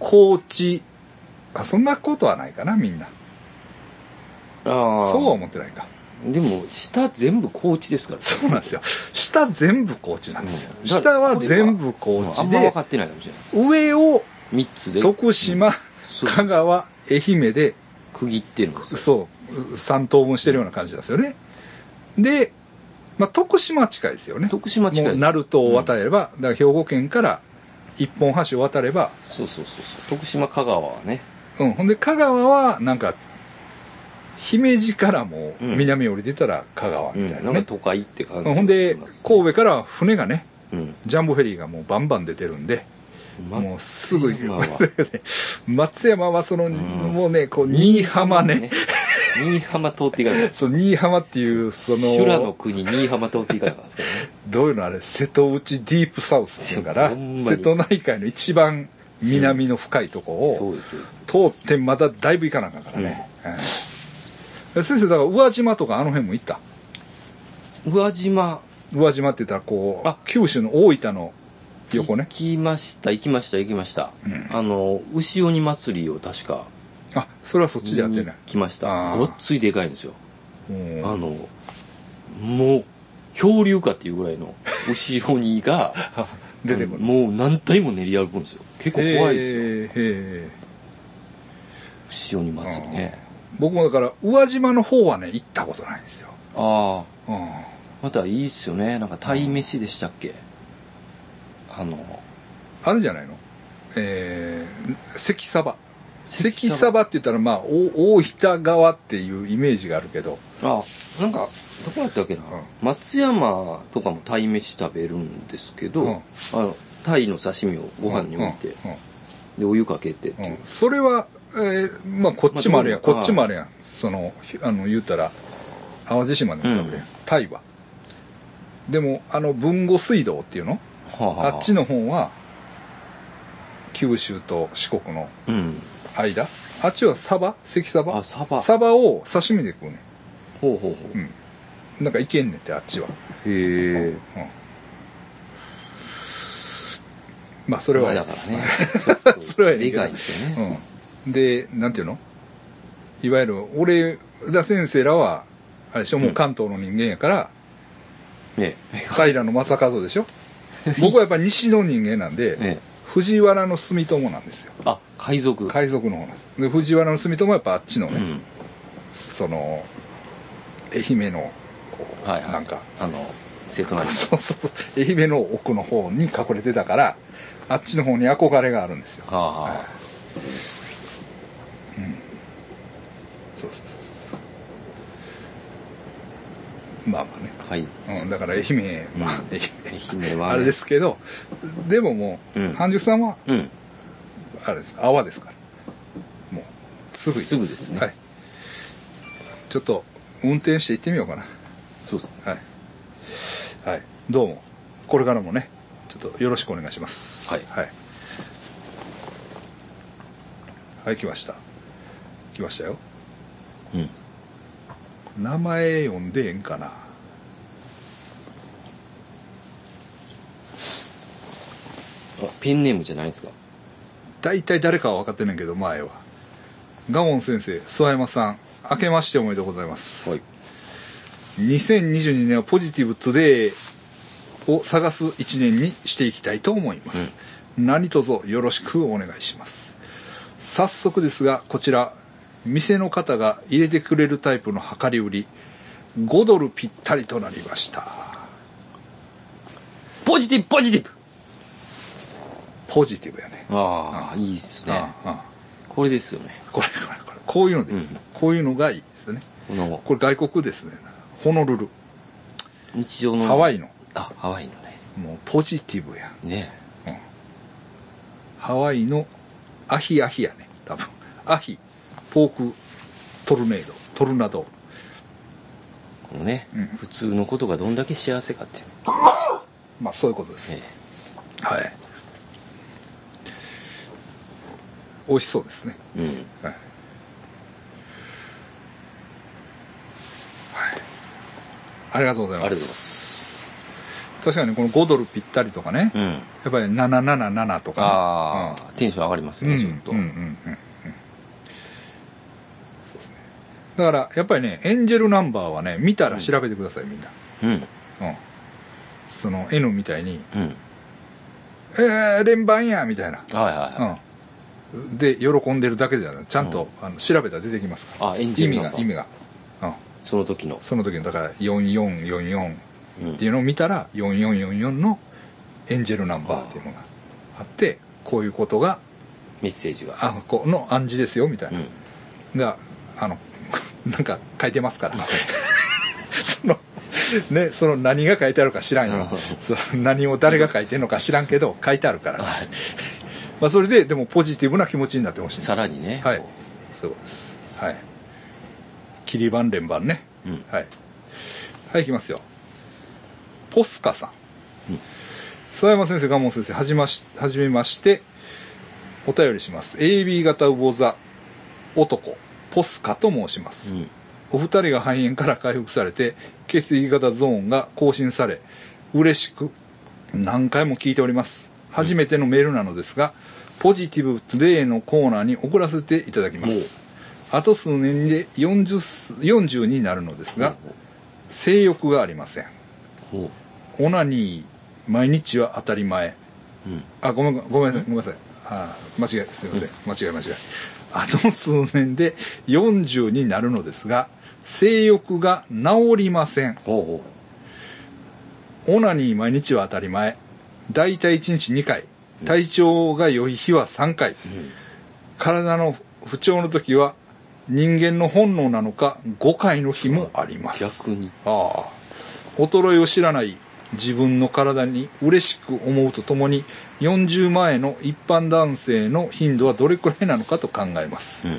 [SPEAKER 1] 高知、あ、そんなことはないかな、みんな。
[SPEAKER 2] ああ。
[SPEAKER 1] そうは思ってないか。
[SPEAKER 2] でも、下全部高知ですから。
[SPEAKER 1] そうなんですよ。下全部高知なんですよ。
[SPEAKER 2] うんだか
[SPEAKER 1] 下
[SPEAKER 2] ら
[SPEAKER 1] は全部高
[SPEAKER 2] あ
[SPEAKER 1] 知
[SPEAKER 2] んま分
[SPEAKER 1] で
[SPEAKER 2] か、ってないかもしれないです。
[SPEAKER 1] 上を
[SPEAKER 2] 3つで
[SPEAKER 1] 徳島、
[SPEAKER 2] そう
[SPEAKER 1] 香川、愛媛で、
[SPEAKER 2] 区切ってるんですよ。
[SPEAKER 1] そう、3等分してるような感じなんですよね。で、まあ、徳島は近いですよね。
[SPEAKER 2] 徳島近い
[SPEAKER 1] も
[SPEAKER 2] で
[SPEAKER 1] う
[SPEAKER 2] す。
[SPEAKER 1] 鳴門を渡れば、だから兵庫県から一本橋を渡れば、
[SPEAKER 2] そうそうそうそう。徳島、香川はね。
[SPEAKER 1] うん、ほんで香川はなんか姫路からも
[SPEAKER 2] うん
[SPEAKER 1] 南降りてたら香川
[SPEAKER 2] うん。
[SPEAKER 1] みた
[SPEAKER 2] ないん
[SPEAKER 1] な
[SPEAKER 2] か
[SPEAKER 1] ね、
[SPEAKER 2] 都会って感じ
[SPEAKER 1] うんほんで
[SPEAKER 2] します
[SPEAKER 1] 神戸から船がね
[SPEAKER 2] うん。
[SPEAKER 1] ジャンボフェリーがもうバンバン出てるんで もうすぐ行くよ
[SPEAKER 2] 松山
[SPEAKER 1] 松山
[SPEAKER 2] は
[SPEAKER 1] はその、もうね、こう、新居浜 ね。
[SPEAKER 2] 新居浜通っていかなかった
[SPEAKER 1] そう、新居浜っていう、その、
[SPEAKER 2] 修羅の国新居浜通っていかなかったですからね
[SPEAKER 1] どういうのあれ、瀬戸内ディープサウスだから、
[SPEAKER 2] ほんま
[SPEAKER 1] 瀬
[SPEAKER 2] に
[SPEAKER 1] 戸内海の一番南の深いとこ
[SPEAKER 2] そ
[SPEAKER 1] を、
[SPEAKER 2] うですそうです
[SPEAKER 1] 通ってまただいぶ行かなあかんからね。うん先生、だから宇和島とかあの辺も行った。
[SPEAKER 2] 宇和島
[SPEAKER 1] 宇和島って言ったら、こう
[SPEAKER 2] あ、
[SPEAKER 1] 九州の大分の横ね
[SPEAKER 2] 行。きました行きました行きました、あの牛鬼祭りを確か
[SPEAKER 1] あ、それはそっちでやって
[SPEAKER 2] 見
[SPEAKER 1] な
[SPEAKER 2] に
[SPEAKER 1] い。
[SPEAKER 2] 来ました
[SPEAKER 1] あー
[SPEAKER 2] ごっついでかいんですよ
[SPEAKER 1] うん
[SPEAKER 2] あのもう恐竜かっていうぐらいの牛鬼が
[SPEAKER 1] あ 出てくる。
[SPEAKER 2] もう何体も練り歩くんですよ結構怖いです
[SPEAKER 1] へ
[SPEAKER 2] よ
[SPEAKER 1] ーへー
[SPEAKER 2] 牛鬼祭りね
[SPEAKER 1] 僕もだから宇和島の方はね行ったことないんですよ、
[SPEAKER 2] ああ
[SPEAKER 1] うん、
[SPEAKER 2] またいいっすよねなんか鯛めしでしたっけ、あの
[SPEAKER 1] あるじゃないのえー、関サバ
[SPEAKER 2] 関
[SPEAKER 1] 関
[SPEAKER 2] 鯖
[SPEAKER 1] サバって言ったらまあお大分側っていうイメージがあるけど
[SPEAKER 2] あなんかどこやったっけな、松山とかも鯛めし食べるんですけど、
[SPEAKER 1] うん
[SPEAKER 2] あの鯛の刺身をご飯に置いて、
[SPEAKER 1] うん
[SPEAKER 2] でお湯かけてっ
[SPEAKER 1] う
[SPEAKER 2] て
[SPEAKER 1] ん
[SPEAKER 2] いう、
[SPEAKER 1] うんそれは、えーまあこっちもあるやん、
[SPEAKER 2] まあ
[SPEAKER 1] こっちもあるやんそのひあの言うたら淡路島でも食べるやん、
[SPEAKER 2] うん
[SPEAKER 1] タイはでもあの豊後水道っていうの
[SPEAKER 2] はあは
[SPEAKER 1] あ
[SPEAKER 2] あ
[SPEAKER 1] っちの方は九州と四国の
[SPEAKER 2] うん
[SPEAKER 1] 間あっちはサバ関サバ
[SPEAKER 2] あサバ
[SPEAKER 1] サバを刺身で食うね
[SPEAKER 2] ほうほうほう、
[SPEAKER 1] んなんかいけんねんってあっちは、
[SPEAKER 2] へえ
[SPEAKER 1] うんまあそ
[SPEAKER 2] こ
[SPEAKER 1] れ
[SPEAKER 2] れ
[SPEAKER 1] は
[SPEAKER 2] はだからね ちょっと
[SPEAKER 1] それはいいけ
[SPEAKER 2] で
[SPEAKER 1] ど
[SPEAKER 2] かいですよね、
[SPEAKER 1] うん、でなんていうのいわゆる俺田先生らはあれでしょ、もう関東の人間やから
[SPEAKER 2] ね え
[SPEAKER 1] 平野正和でし ょ僕はやっぱ西の人間なんで、
[SPEAKER 2] ええ
[SPEAKER 1] 藤原の住友なんですよ
[SPEAKER 2] あ海賊
[SPEAKER 1] 海賊の方なんですで藤原の住友はやっぱあっちのね、
[SPEAKER 2] うん
[SPEAKER 1] その愛媛のこう、
[SPEAKER 2] はいはい
[SPEAKER 1] なんか
[SPEAKER 2] あの瀬戸内
[SPEAKER 1] そうそうそう愛媛の奥の方に隠れてたからあっちの方に憧れがあるんですよ
[SPEAKER 2] はあ、はあ、
[SPEAKER 1] そうそうそうそうまあま
[SPEAKER 2] 海
[SPEAKER 1] あね、うん、だから愛媛、 まあ
[SPEAKER 2] うん
[SPEAKER 1] 愛媛
[SPEAKER 2] 愛媛はね
[SPEAKER 1] あれですけどでももう、
[SPEAKER 2] うん
[SPEAKER 1] 半熟さんは
[SPEAKER 2] うん
[SPEAKER 1] あれです泡ですからもうすぐ行きます
[SPEAKER 2] ぐですね
[SPEAKER 1] はいちょっと運転して行ってみようかな
[SPEAKER 2] そうですね
[SPEAKER 1] はい。はい。どうも。これからもね、ちょっとよろしくお願いします。
[SPEAKER 2] はい
[SPEAKER 1] はい。はい、来ました。来ましたよ。
[SPEAKER 2] うん
[SPEAKER 1] 名前読んでええんかな。
[SPEAKER 2] あペンネームじゃないですか
[SPEAKER 1] 大体誰かは分かってないけど、前は。ガモン先生、諏訪山さん、明けましておめでとうございます。
[SPEAKER 2] はい
[SPEAKER 1] 2022年はポジティブトゥデイを探す一年にしていきたいと思います、何卒よろしくお願いします早速ですがこちら店の方が入れてくれるタイプの量り売り5ドルぴったりとなりました
[SPEAKER 2] ポジティブポジティブ
[SPEAKER 1] ポジティブやね
[SPEAKER 2] ああいいっすね
[SPEAKER 1] あああ
[SPEAKER 2] これですよね
[SPEAKER 1] あこれこれこれこういうので、
[SPEAKER 2] うん
[SPEAKER 1] こういうのがいいですね
[SPEAKER 2] この
[SPEAKER 1] これ外国ですねホノルル
[SPEAKER 2] 日常の
[SPEAKER 1] ハワイの
[SPEAKER 2] あハワイのね
[SPEAKER 1] もうポジティブやん
[SPEAKER 2] ね
[SPEAKER 1] ハワイのアヒアヒやね多分アヒポークトルネードトルナド
[SPEAKER 2] このね、
[SPEAKER 1] うん
[SPEAKER 2] 普通のことがどんだけ幸せかっていう、
[SPEAKER 1] まあそういうことです、
[SPEAKER 2] え
[SPEAKER 1] はい美味しそうですね
[SPEAKER 2] えうん
[SPEAKER 1] はい、はい、ありがとうござい
[SPEAKER 2] あ
[SPEAKER 1] ま
[SPEAKER 2] りがとうございます
[SPEAKER 1] 確かにこの5ドルぴったりとかね、
[SPEAKER 2] うん
[SPEAKER 1] やっぱり777とかね、
[SPEAKER 2] あ
[SPEAKER 1] うん
[SPEAKER 2] あ、テンション上がります
[SPEAKER 1] う
[SPEAKER 2] ね
[SPEAKER 1] ん
[SPEAKER 2] ちょっと、
[SPEAKER 1] うんうんうんうんそうですねだからやっぱりねエンジェルナンバーはね見たら調べてください、みんな、
[SPEAKER 2] うん
[SPEAKER 1] うん、その N みたいに
[SPEAKER 2] うん
[SPEAKER 1] 「えー、連番や!」みたいな、
[SPEAKER 2] はいはいはい、
[SPEAKER 1] うん、で喜んでるだけじゃないちゃんと、あの調べたら出てきますから
[SPEAKER 2] あエンジェルナンバー
[SPEAKER 1] 意味が意味が、うん、
[SPEAKER 2] その時の
[SPEAKER 1] その時のだから4444
[SPEAKER 2] うん
[SPEAKER 1] っていうのを見たら4444のエンジェルナンバーっていうのがあってこういうことが
[SPEAKER 2] メッセージが
[SPEAKER 1] あこの暗示ですよみたいな、
[SPEAKER 2] うん
[SPEAKER 1] があの なんか書いてますから そのねその何が書いてあるか知らんよ
[SPEAKER 2] うん
[SPEAKER 1] その何を誰が書いてるのか知らんけど書いてあるから
[SPEAKER 2] はい
[SPEAKER 1] まあ、それででもポジティブな気持ちになってほしいんです
[SPEAKER 2] さらにね
[SPEAKER 1] はい
[SPEAKER 2] こ
[SPEAKER 1] そうですはい切り板連番ね、
[SPEAKER 2] うん
[SPEAKER 1] はいはいいきますよポスカさん
[SPEAKER 2] うん
[SPEAKER 1] 佐山先生蒲生先生はじましはじめましてお便りします AB 型魚座男ポスカと申します、
[SPEAKER 2] うん
[SPEAKER 1] お二人が肺炎から回復されて血液型ゾーンが更新され嬉しく何回も聞いております初めてのメールなのですが、ポジティブトゥデイのコーナーに送らせていただきますあと数年で 40, 40になるのですが性欲がありません
[SPEAKER 2] ほ
[SPEAKER 1] オナニー毎日は当たり前
[SPEAKER 2] ううん
[SPEAKER 1] あごめんごめんなさいごめんなさいあー間違いすみません間違い間違いあと数年で40になるのですが性欲が治りません
[SPEAKER 2] ほうほ
[SPEAKER 1] オナニー毎日は当たり前だいたい1日2回体調が良い日は3回
[SPEAKER 2] ううん
[SPEAKER 1] 体の不調の時は人間の本能なのか5回の日もあります
[SPEAKER 2] 逆に
[SPEAKER 1] ああ衰えを知らない自分の体に嬉しく思うとともに40前の一般男性の頻度はどれくらいなのかと考えます、
[SPEAKER 2] うん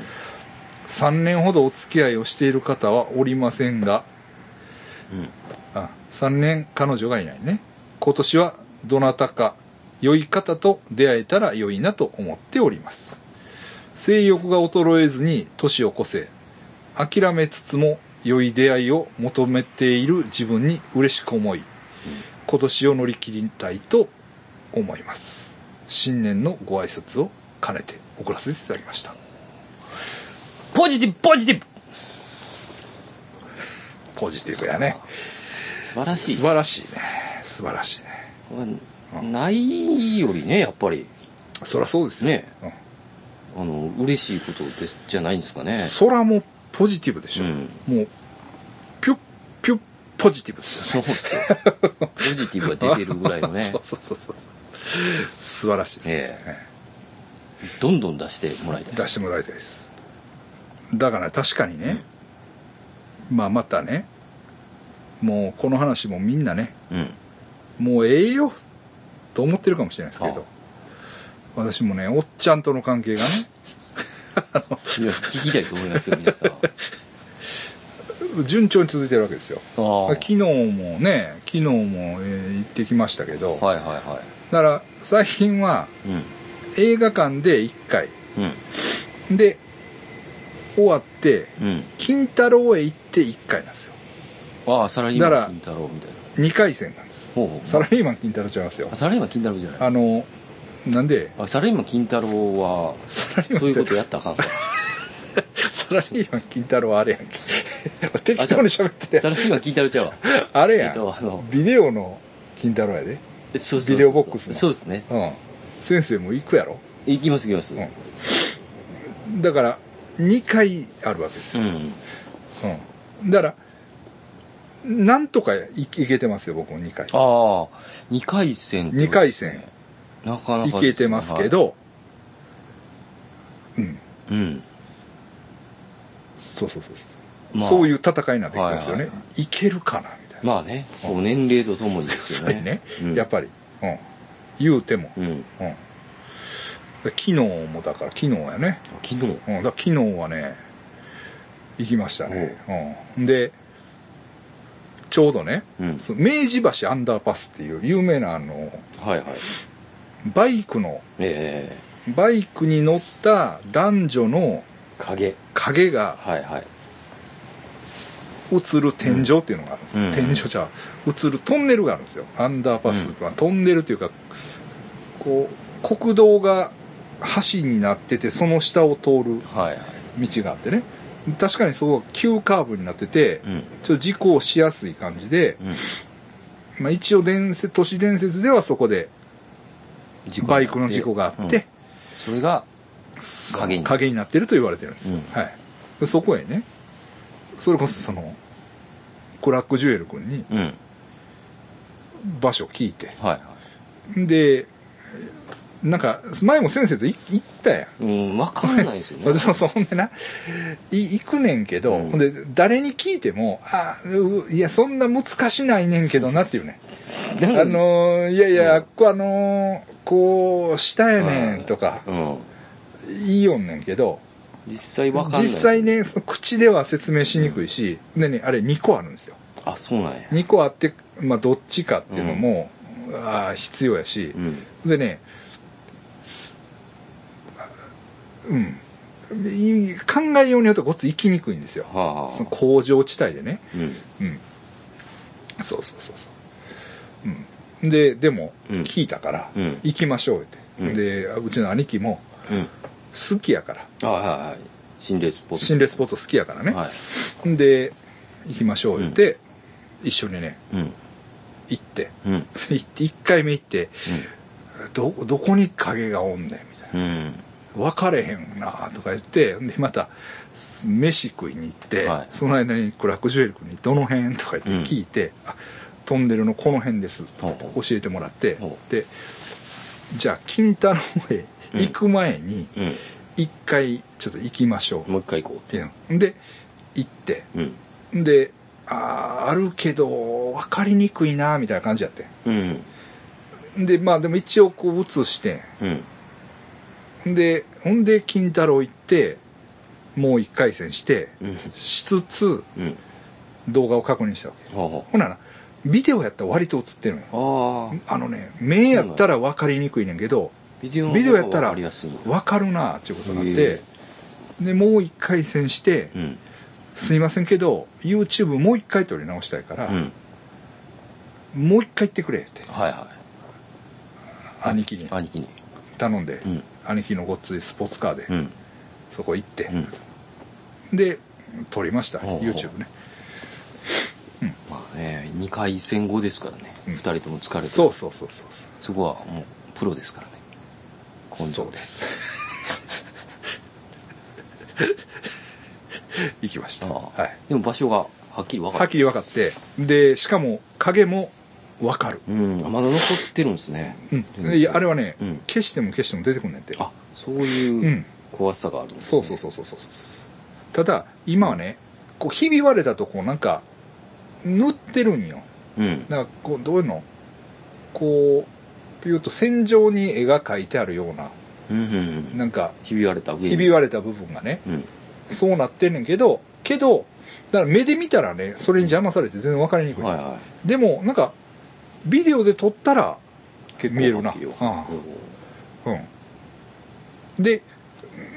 [SPEAKER 1] 3年ほどお付き合いをしている方はおりませんが
[SPEAKER 2] うん
[SPEAKER 1] あ3年彼女がいないね今年はどなたか良い方と出会えたら良いなと思っております性欲が衰えずに年を越せ諦めつつも良い出会いを求めている自分に嬉しく思い今年を乗り切りたいと思います新年のご挨拶を兼ねて送らせていただきました
[SPEAKER 2] ポジティブポジティブ
[SPEAKER 1] ポジティブやね
[SPEAKER 2] 素晴らし
[SPEAKER 1] 素
[SPEAKER 2] い
[SPEAKER 1] 晴らしいね素晴らしいね
[SPEAKER 2] うんないよりねやっぱり
[SPEAKER 1] そりゃそうですよ
[SPEAKER 2] ね
[SPEAKER 1] うん
[SPEAKER 2] あの嬉しいことでじゃないんですかね
[SPEAKER 1] 空もポジティブでしょ、
[SPEAKER 2] うん
[SPEAKER 1] もうピュッピュッポジティブですよね
[SPEAKER 2] そうですよポジティブが出てるぐらいの ね
[SPEAKER 1] そうそうそうそう素晴らしいですね、
[SPEAKER 2] えどんどん出してもらいたい
[SPEAKER 1] 出してもらいたいですだから確かにね、まあまたねもうこの話もみんなね
[SPEAKER 2] うん
[SPEAKER 1] もうええよと思ってるかもしれないですけど、
[SPEAKER 2] ああ
[SPEAKER 1] 私もねおっちゃんとの関係がね
[SPEAKER 2] いや聞きたいと思いますよ皆さん あ
[SPEAKER 1] 順調に続いてるわけですよ
[SPEAKER 2] あ
[SPEAKER 1] 昨日もね昨日も、えー行ってきましたけど、
[SPEAKER 2] はいはいは
[SPEAKER 1] だから最近はい
[SPEAKER 2] うん
[SPEAKER 1] 映画館で1回
[SPEAKER 2] うん
[SPEAKER 1] で終わって
[SPEAKER 2] うん
[SPEAKER 1] 金太郎へ行って1回なんですよ
[SPEAKER 2] ああサラリー
[SPEAKER 1] だか
[SPEAKER 2] マ
[SPEAKER 1] ら
[SPEAKER 2] ン金太郎みたいな
[SPEAKER 1] 2回戦なんです
[SPEAKER 2] ほうほう
[SPEAKER 1] サラリーマン金太郎ちゃいますよ
[SPEAKER 2] あサラリーマン金太郎じゃない
[SPEAKER 1] あのなんで
[SPEAKER 2] あサラリーマン金太郎は
[SPEAKER 1] サラリー
[SPEAKER 2] そ
[SPEAKER 1] マ
[SPEAKER 2] う
[SPEAKER 1] ンっ
[SPEAKER 2] いうこ
[SPEAKER 1] て
[SPEAKER 2] とやったらあかんか
[SPEAKER 1] サラリーマン金太郎はあれやんけ 適当に喋ってる
[SPEAKER 2] サラリーマン金太郎ちゃうわ
[SPEAKER 1] やんあれ
[SPEAKER 2] え
[SPEAKER 1] や
[SPEAKER 2] っとあの
[SPEAKER 1] んビデオの金太郎やで
[SPEAKER 2] えそうそうそうそう
[SPEAKER 1] ビデオボックスの
[SPEAKER 2] そうですね
[SPEAKER 1] うん先生も行くやろ
[SPEAKER 2] 行きます行きます
[SPEAKER 1] うんだから2回あるわけですよ
[SPEAKER 2] うん
[SPEAKER 1] うん、だからなんとかいいけてますよ僕も2回
[SPEAKER 2] ああ2回戦ってこと
[SPEAKER 1] 2回戦
[SPEAKER 2] なかな
[SPEAKER 1] い
[SPEAKER 2] かです
[SPEAKER 1] け
[SPEAKER 2] ね
[SPEAKER 1] てますけ、ど、うん
[SPEAKER 2] はいうん
[SPEAKER 1] そうそうそうそう、
[SPEAKER 2] まあ
[SPEAKER 1] そういう戦いになってきたんですよね、
[SPEAKER 2] はい
[SPEAKER 1] い
[SPEAKER 2] はい
[SPEAKER 1] けるかなみたいな、
[SPEAKER 2] まあねこう年齢とともにです
[SPEAKER 1] やっ
[SPEAKER 2] よ
[SPEAKER 1] ぱり
[SPEAKER 2] ね
[SPEAKER 1] ね、
[SPEAKER 2] うん、
[SPEAKER 1] やっぱり、うん、言うても、
[SPEAKER 2] うん
[SPEAKER 1] うん昨日もだから昨日やね、
[SPEAKER 2] 昨日
[SPEAKER 1] うん、だから昨日はね行きましたね、うん、でちょうどね、
[SPEAKER 2] うん
[SPEAKER 1] その明治橋アンダーパスっていう有名なあの
[SPEAKER 2] はいはい
[SPEAKER 1] バイクの
[SPEAKER 2] え
[SPEAKER 1] バイクに乗った男女の
[SPEAKER 2] え影
[SPEAKER 1] 影が
[SPEAKER 2] はいはい
[SPEAKER 1] 映る天井っていうのがあるんです、
[SPEAKER 2] うん
[SPEAKER 1] 天井じゃ映るトンネルがあるんですよアンダーパス、まあトンネルというかこう国道が橋になっててその下を通る
[SPEAKER 2] はいはい
[SPEAKER 1] 道があってね確かにそこが急カーブになってて、
[SPEAKER 2] うん
[SPEAKER 1] ちょっと事故をしやすい感じで、
[SPEAKER 2] うん
[SPEAKER 1] まあ、一応伝説都市伝説ではそこで
[SPEAKER 2] 事故になって
[SPEAKER 1] バイクの事故があって、
[SPEAKER 2] うんそれが影に
[SPEAKER 1] 影になってると言われてるんですよ、
[SPEAKER 2] うん
[SPEAKER 1] はいでそこへねそれこそそのコラックジュエル君に
[SPEAKER 2] うんはい
[SPEAKER 1] 場所を聞いて
[SPEAKER 2] は
[SPEAKER 1] でなんか前も先生とい行ったやん
[SPEAKER 2] いうん分かんないですよ ね
[SPEAKER 1] そうそうほんでない行くねんけど、
[SPEAKER 2] うん
[SPEAKER 1] ほんで誰に聞いても「あういやそんな難しないねんけどな」っていうね
[SPEAKER 2] なんか
[SPEAKER 1] あのーいやいや、ここあのーこう下やねんとか
[SPEAKER 2] うん。
[SPEAKER 1] 言いよんねんけど
[SPEAKER 2] 実際わかんない。
[SPEAKER 1] 実際ねその口では説明しにくいし、でねあれ2個あるんですよ
[SPEAKER 2] あ、そうなんや。
[SPEAKER 1] 2個あって、まあ、どっちかっていうのも、あー必要やし
[SPEAKER 2] う、ん。
[SPEAKER 1] でねすうんい考えようによってごっつ行きにくいんですよ
[SPEAKER 2] はあ、は
[SPEAKER 1] その
[SPEAKER 2] あ。
[SPEAKER 1] 工場地帯でね
[SPEAKER 2] う
[SPEAKER 1] う
[SPEAKER 2] ん。
[SPEAKER 1] んそうそうそうそう、うん、ででも
[SPEAKER 2] うん
[SPEAKER 1] 聞いたから、
[SPEAKER 2] うん
[SPEAKER 1] 行きましょうって、
[SPEAKER 2] うん
[SPEAKER 1] でうちの兄貴も
[SPEAKER 2] うん。
[SPEAKER 1] 好きやから
[SPEAKER 2] あはいはい。心霊スポット。
[SPEAKER 1] 心霊スポット好きやからね、
[SPEAKER 2] は
[SPEAKER 1] で行きましょう言って、一緒にね
[SPEAKER 2] い。うん。
[SPEAKER 1] 行って
[SPEAKER 2] うん。
[SPEAKER 1] 行って1回目行ってどどこに影がおんねんみたいな
[SPEAKER 2] うん。
[SPEAKER 1] 分かれへんなとか言ってでまたす飯食いに行って、
[SPEAKER 2] はい
[SPEAKER 1] その間にクラックジュエル君に「どの辺?」とか言って
[SPEAKER 2] うん
[SPEAKER 1] 聞いて「あトンネルのこの辺です」とか
[SPEAKER 2] ほう
[SPEAKER 1] 教えてもらって
[SPEAKER 2] ほ
[SPEAKER 1] でじゃあ金太郎へ行く前に
[SPEAKER 2] うん。
[SPEAKER 1] 一回ちょっと行きましょう
[SPEAKER 2] うん。もう一回行こ
[SPEAKER 1] っていうので行って
[SPEAKER 2] う。うん。
[SPEAKER 1] であーあるけど分かりにくいなみたいな感じやって
[SPEAKER 2] うん。
[SPEAKER 1] んでまあでも一応こう映してん
[SPEAKER 2] うん。
[SPEAKER 1] でほんで金太郎行ってもう一回戦して、
[SPEAKER 2] うん。
[SPEAKER 1] しつつ
[SPEAKER 2] うん。
[SPEAKER 1] 動画を確認したわけ
[SPEAKER 2] は
[SPEAKER 1] ほんならビデオやったら割と映ってるのよ
[SPEAKER 2] あ。はあ。ああ。
[SPEAKER 1] あのね目やったら分かりにくいねんけど
[SPEAKER 2] ビデオの
[SPEAKER 1] ビデオやった
[SPEAKER 2] わ
[SPEAKER 1] ら
[SPEAKER 2] かりやすいの
[SPEAKER 1] 分かるなっていうことになっ
[SPEAKER 2] へ
[SPEAKER 1] てでもう一回戦して、
[SPEAKER 2] うん。
[SPEAKER 1] すいませんけど YouTube もう一回撮り直したいから、
[SPEAKER 2] うん。
[SPEAKER 1] もう一回行ってくれって
[SPEAKER 2] はいは
[SPEAKER 1] 兄貴に
[SPEAKER 2] い。兄貴に。
[SPEAKER 1] 頼んで、
[SPEAKER 2] うん。
[SPEAKER 1] 兄貴のごっついスポーツカーで、
[SPEAKER 2] うん。
[SPEAKER 1] そこ行って
[SPEAKER 2] う、ん。
[SPEAKER 1] で撮りました
[SPEAKER 2] ほうほう
[SPEAKER 1] YouTube ね
[SPEAKER 2] まあね、二回戦後ですからね。
[SPEAKER 1] うん
[SPEAKER 2] 二人とも疲れて。
[SPEAKER 1] そうそうそうそうそう
[SPEAKER 2] そこはもうプロですからね。根性
[SPEAKER 1] そうで。 す行きました、
[SPEAKER 2] ああ
[SPEAKER 1] はい、
[SPEAKER 2] でも場所がはっきり分か
[SPEAKER 1] はっ
[SPEAKER 2] る。
[SPEAKER 1] きり分かってでしかも影も分かる、
[SPEAKER 2] うん。まだ残ってるんですね。
[SPEAKER 1] うん、いやあれはね、
[SPEAKER 2] うん
[SPEAKER 1] 消しても消しても出てくんねんて
[SPEAKER 2] あ、そういう
[SPEAKER 1] うん
[SPEAKER 2] う怖さがあるんです
[SPEAKER 1] そ
[SPEAKER 2] ね
[SPEAKER 1] うそうそうそうそうそうそうただ今はねこうひび割れたとこなんか塗ってるんよ
[SPEAKER 2] うん。
[SPEAKER 1] だからこうどういうのこうピューッと線上に絵が描いてあるような
[SPEAKER 2] うんうんうん。
[SPEAKER 1] なんか
[SPEAKER 2] ひび割れた上に。
[SPEAKER 1] ひび割れた部分がね
[SPEAKER 2] うん。
[SPEAKER 1] そうなってんねんけど、けど、だから目で見たらね、それに邪魔されて全然分かりにくい。
[SPEAKER 2] はいは
[SPEAKER 1] でも、なんか、ビデオで撮ったら、
[SPEAKER 2] い。結構
[SPEAKER 1] 見えるな
[SPEAKER 2] はっきり分
[SPEAKER 1] あ
[SPEAKER 2] か
[SPEAKER 1] あ
[SPEAKER 2] る
[SPEAKER 1] うん。で、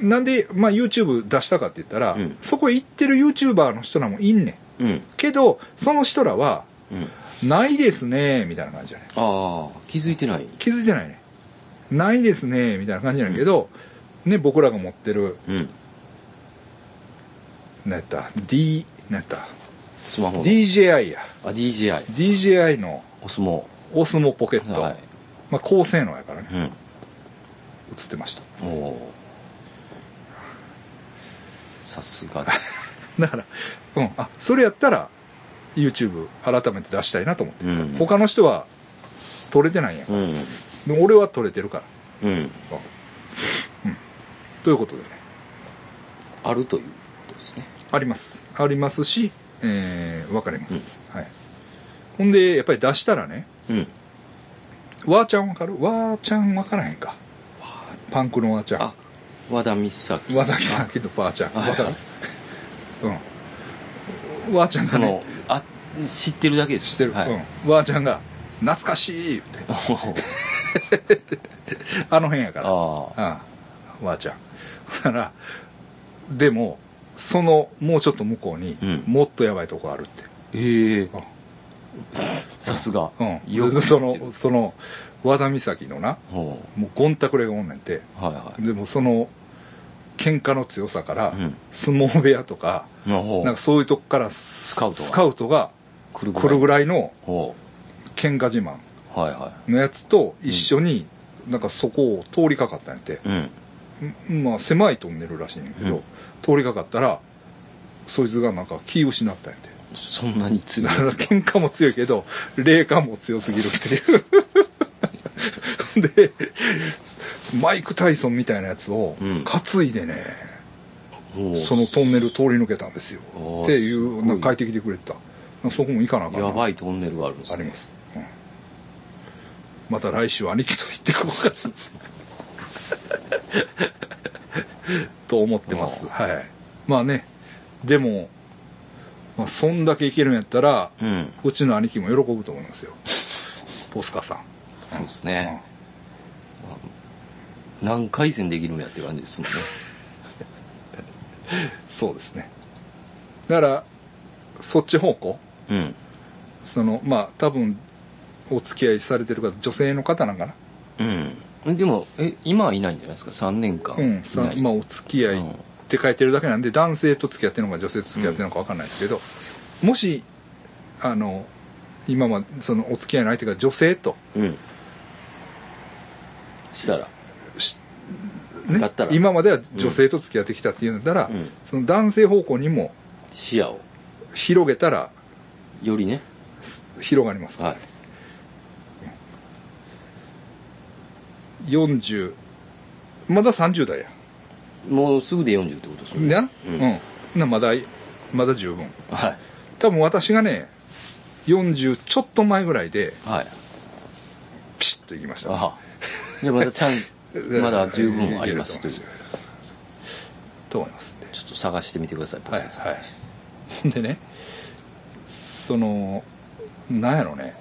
[SPEAKER 1] なんで、まあ、YouTube 出したかって言ったら、
[SPEAKER 2] うん
[SPEAKER 1] そこへ行ってる YouTuber の人らもいんねん。
[SPEAKER 2] うん。うん。
[SPEAKER 1] けど、その人らは、
[SPEAKER 2] うん。
[SPEAKER 1] ないですね、みたいな感じじゃない。
[SPEAKER 2] ああ、気づいてない。
[SPEAKER 1] 気づいてないね。ないですね、みたいな感じなんやけど、ね、僕らが持ってる、
[SPEAKER 2] うん。
[SPEAKER 1] なんやった、D、なんやった、
[SPEAKER 2] スマホの。
[SPEAKER 1] DJI や。
[SPEAKER 2] あ、DJI。
[SPEAKER 1] DJI の
[SPEAKER 2] お相撲。
[SPEAKER 1] オスモポケット。
[SPEAKER 2] はい。
[SPEAKER 1] まあ、高性能やからね
[SPEAKER 2] うん。
[SPEAKER 1] 映ってました
[SPEAKER 2] おおさすがです
[SPEAKER 1] だからうんあそれやったら YouTube 改めて出したいなと思って、
[SPEAKER 2] うん
[SPEAKER 1] 他の人は撮れてないんやん、
[SPEAKER 2] うん
[SPEAKER 1] でも俺は撮れてるから、う
[SPEAKER 2] うん
[SPEAKER 1] んうんということでね
[SPEAKER 2] あるということですね
[SPEAKER 1] ありますありますしえー、分かります、はいほんでやっぱり出したらね
[SPEAKER 2] うん
[SPEAKER 1] わーちゃん分かるわーちゃん分からへんかパンクのわーちゃん
[SPEAKER 2] あ和田美咲
[SPEAKER 1] 和崎さんけどばーちゃん
[SPEAKER 2] あ
[SPEAKER 1] 分かるうんわーちゃん
[SPEAKER 2] そ
[SPEAKER 1] がね
[SPEAKER 2] のあ知ってるだけです
[SPEAKER 1] 知ってる、
[SPEAKER 2] はい、
[SPEAKER 1] うん、ばあちゃんが「懐かしい!」 って
[SPEAKER 2] おー
[SPEAKER 1] あの辺やから
[SPEAKER 2] ああ
[SPEAKER 1] ああばあちゃんだからでもそのもうちょっと向こうに、
[SPEAKER 2] うん
[SPEAKER 1] もっとやばいとこあるって
[SPEAKER 2] ええ
[SPEAKER 1] ん
[SPEAKER 2] さすが
[SPEAKER 1] うん
[SPEAKER 2] よく知
[SPEAKER 1] そ
[SPEAKER 2] ってる
[SPEAKER 1] のその和田岬のな
[SPEAKER 2] おー
[SPEAKER 1] もうゴンタクレがおんねんて
[SPEAKER 2] はいはい
[SPEAKER 1] でもその喧嘩の強さから、
[SPEAKER 2] うん
[SPEAKER 1] 相撲部屋とか
[SPEAKER 2] おー
[SPEAKER 1] なんかそういうとこからス
[SPEAKER 2] カウトが
[SPEAKER 1] が
[SPEAKER 2] 来るぐらい
[SPEAKER 1] 来るぐらいの
[SPEAKER 2] お
[SPEAKER 1] 喧嘩自慢
[SPEAKER 2] ーはいは
[SPEAKER 1] のやつと一緒に、なんかそこを通りかかったんやって、
[SPEAKER 2] いうん
[SPEAKER 1] んまあ狭いトンネルらしいねんけど、
[SPEAKER 2] うん
[SPEAKER 1] 通りかかったらそいつがなんか気を失ったんやて
[SPEAKER 2] そんなに強
[SPEAKER 1] だ
[SPEAKER 2] い
[SPEAKER 1] から
[SPEAKER 2] やつ
[SPEAKER 1] 喧嘩も強いけど霊感も強すぎるっていう でマイク・タイソンみたいなやつを
[SPEAKER 2] うん
[SPEAKER 1] 担いでね、
[SPEAKER 2] おー
[SPEAKER 1] そのトンネル通り抜けたんですよ
[SPEAKER 2] おー
[SPEAKER 1] っていうなんか書いてきてくれてたそこも行かなあかんな
[SPEAKER 2] やばいトンネルがあるんです
[SPEAKER 1] あ
[SPEAKER 2] ね
[SPEAKER 1] ります、うんまた来週兄貴と行ってこうかな と思ってます
[SPEAKER 2] お
[SPEAKER 1] はいまあねでも、まあ、そんだけいけるんやったら、
[SPEAKER 2] う
[SPEAKER 1] うんちの兄貴も喜ぶと思い ますよポスカさん
[SPEAKER 2] そうですね、何回戦できるんやって感じですもんね
[SPEAKER 1] そうですねだからそっち方向
[SPEAKER 2] うん
[SPEAKER 1] そのまあ多分お付き合いされてる方女性の方なんかな
[SPEAKER 2] うん。でも、え、今はいないんじゃないですか ?3 年間。
[SPEAKER 1] うん、
[SPEAKER 2] いな
[SPEAKER 1] さ
[SPEAKER 2] い
[SPEAKER 1] まあお付き合いって書いてるだけなんで、男性と付き合ってるのか女性と付き合ってるのか分かんないですけど、もしあの今までそのお付き合いの相手が女性と
[SPEAKER 2] うん。したら。
[SPEAKER 1] しね
[SPEAKER 2] だったら
[SPEAKER 1] 今までは女性と付き合ってきたっていうんだったら、
[SPEAKER 2] うん
[SPEAKER 1] その男性方向にも
[SPEAKER 2] 視野を。
[SPEAKER 1] 広げたら
[SPEAKER 2] よりね。
[SPEAKER 1] す広がりますから、
[SPEAKER 2] は
[SPEAKER 1] ね40まだ30代や
[SPEAKER 2] い。もうすぐで40ってことですよね。
[SPEAKER 1] ね、
[SPEAKER 2] う
[SPEAKER 1] うんんなまだまだ十分
[SPEAKER 2] はい。
[SPEAKER 1] 多分私がね40ちょっと前ぐらいで
[SPEAKER 2] はい。
[SPEAKER 1] ピシッといきました、
[SPEAKER 2] あじゃあまだチャンス まだ十分あります
[SPEAKER 1] い
[SPEAKER 2] と
[SPEAKER 1] け
[SPEAKER 2] いう。
[SPEAKER 1] る
[SPEAKER 2] ちょ
[SPEAKER 1] と思いますんで
[SPEAKER 2] っと探してみてください、ポ
[SPEAKER 1] はい
[SPEAKER 2] スケさん。
[SPEAKER 1] はいほんでねそのなんやろね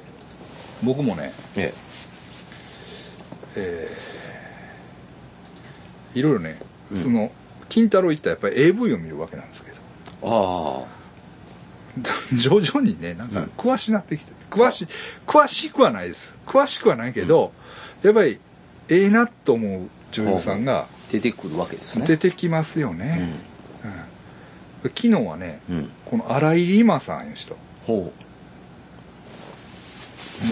[SPEAKER 1] 僕もね
[SPEAKER 2] え
[SPEAKER 1] えーいろいろね、その金太郎行ったらやっぱり AV を見るわけなんですけど
[SPEAKER 2] え。あ
[SPEAKER 1] 徐々にねなんか詳しなってきて、詳しい詳しくはないです詳しくはないけど、やっぱりええなと思う女優さんが
[SPEAKER 2] あ。出てくるわけですね。
[SPEAKER 1] 出てきますよ
[SPEAKER 2] う
[SPEAKER 1] ね
[SPEAKER 2] ん、。
[SPEAKER 1] 昨日はね、
[SPEAKER 2] うん。
[SPEAKER 1] この荒井里馬さんいう人
[SPEAKER 2] ほ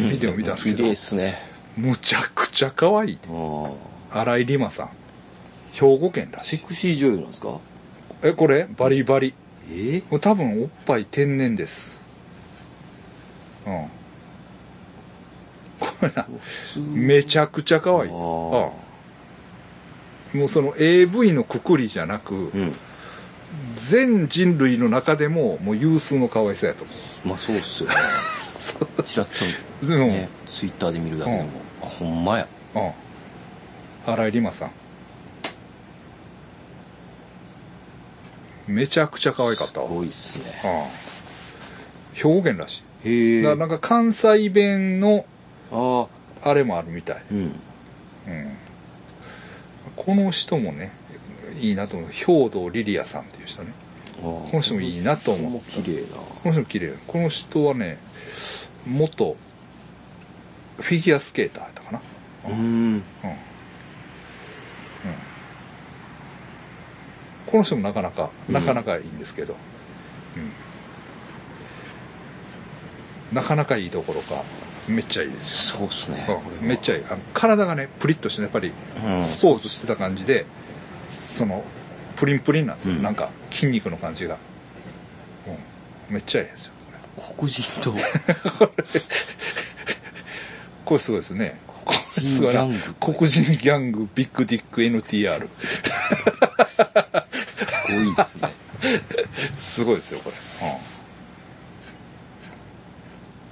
[SPEAKER 2] う。
[SPEAKER 1] ビデオ見たんですけ
[SPEAKER 2] 綺
[SPEAKER 1] ど
[SPEAKER 2] 麗っすね。
[SPEAKER 1] むちゃくちゃ可愛い
[SPEAKER 2] あー
[SPEAKER 1] 荒井里馬さん兵庫県らし
[SPEAKER 2] セ
[SPEAKER 1] い
[SPEAKER 2] クシー女優なんですか
[SPEAKER 1] えこれバリバリ
[SPEAKER 2] ええ
[SPEAKER 1] これ多分おっぱい天然ですうんこれなめちゃくちゃ可愛い
[SPEAKER 2] あ
[SPEAKER 1] あ
[SPEAKER 2] ー
[SPEAKER 1] あもうその AV のくくりじゃなく、
[SPEAKER 2] うん
[SPEAKER 1] 全人類の中でももう有数の可愛さやと思う
[SPEAKER 2] まあそうっすよね
[SPEAKER 1] そう
[SPEAKER 2] チラッ
[SPEAKER 1] う
[SPEAKER 2] と
[SPEAKER 1] ん、
[SPEAKER 2] ね、ツイッターで見るだけでも、あほんまや
[SPEAKER 1] うん新井里馬さんめちゃくちゃ可愛かったわ、
[SPEAKER 2] す
[SPEAKER 1] うん、
[SPEAKER 2] ごいっすね
[SPEAKER 1] 兵庫県らし
[SPEAKER 2] へ
[SPEAKER 1] い
[SPEAKER 2] え
[SPEAKER 1] ななんか関西弁の
[SPEAKER 2] ああ
[SPEAKER 1] あれもあるみたい、
[SPEAKER 2] うん
[SPEAKER 1] うん、この人もねいいなと思う兵道リリアさんっていう人ね
[SPEAKER 2] こ
[SPEAKER 1] この人もいいなと思う
[SPEAKER 2] も綺麗な
[SPEAKER 1] この人も綺麗この人はね元フィギュアスケーターだったかな
[SPEAKER 2] うん
[SPEAKER 1] うんうんこの人もなかなか、なかなかいいんですけど、うんなかなかいいどころかめっちゃいいです
[SPEAKER 2] そうっすね、
[SPEAKER 1] よ、うんめっちゃいいあの体がねプリッとしてねやっぱり
[SPEAKER 2] うん
[SPEAKER 1] スポーツしてた感じでそのプリンプリンなんですよ、
[SPEAKER 2] うん
[SPEAKER 1] なんか筋肉の感じが、うんめっちゃいいですよこれ
[SPEAKER 2] 黒人と
[SPEAKER 1] これすごいですね
[SPEAKER 2] 黒 人
[SPEAKER 1] すごいな
[SPEAKER 2] ギャング
[SPEAKER 1] 黒人ギャングビッグディック NTR
[SPEAKER 2] すごいっ すね
[SPEAKER 1] すごいですよこれ、うん、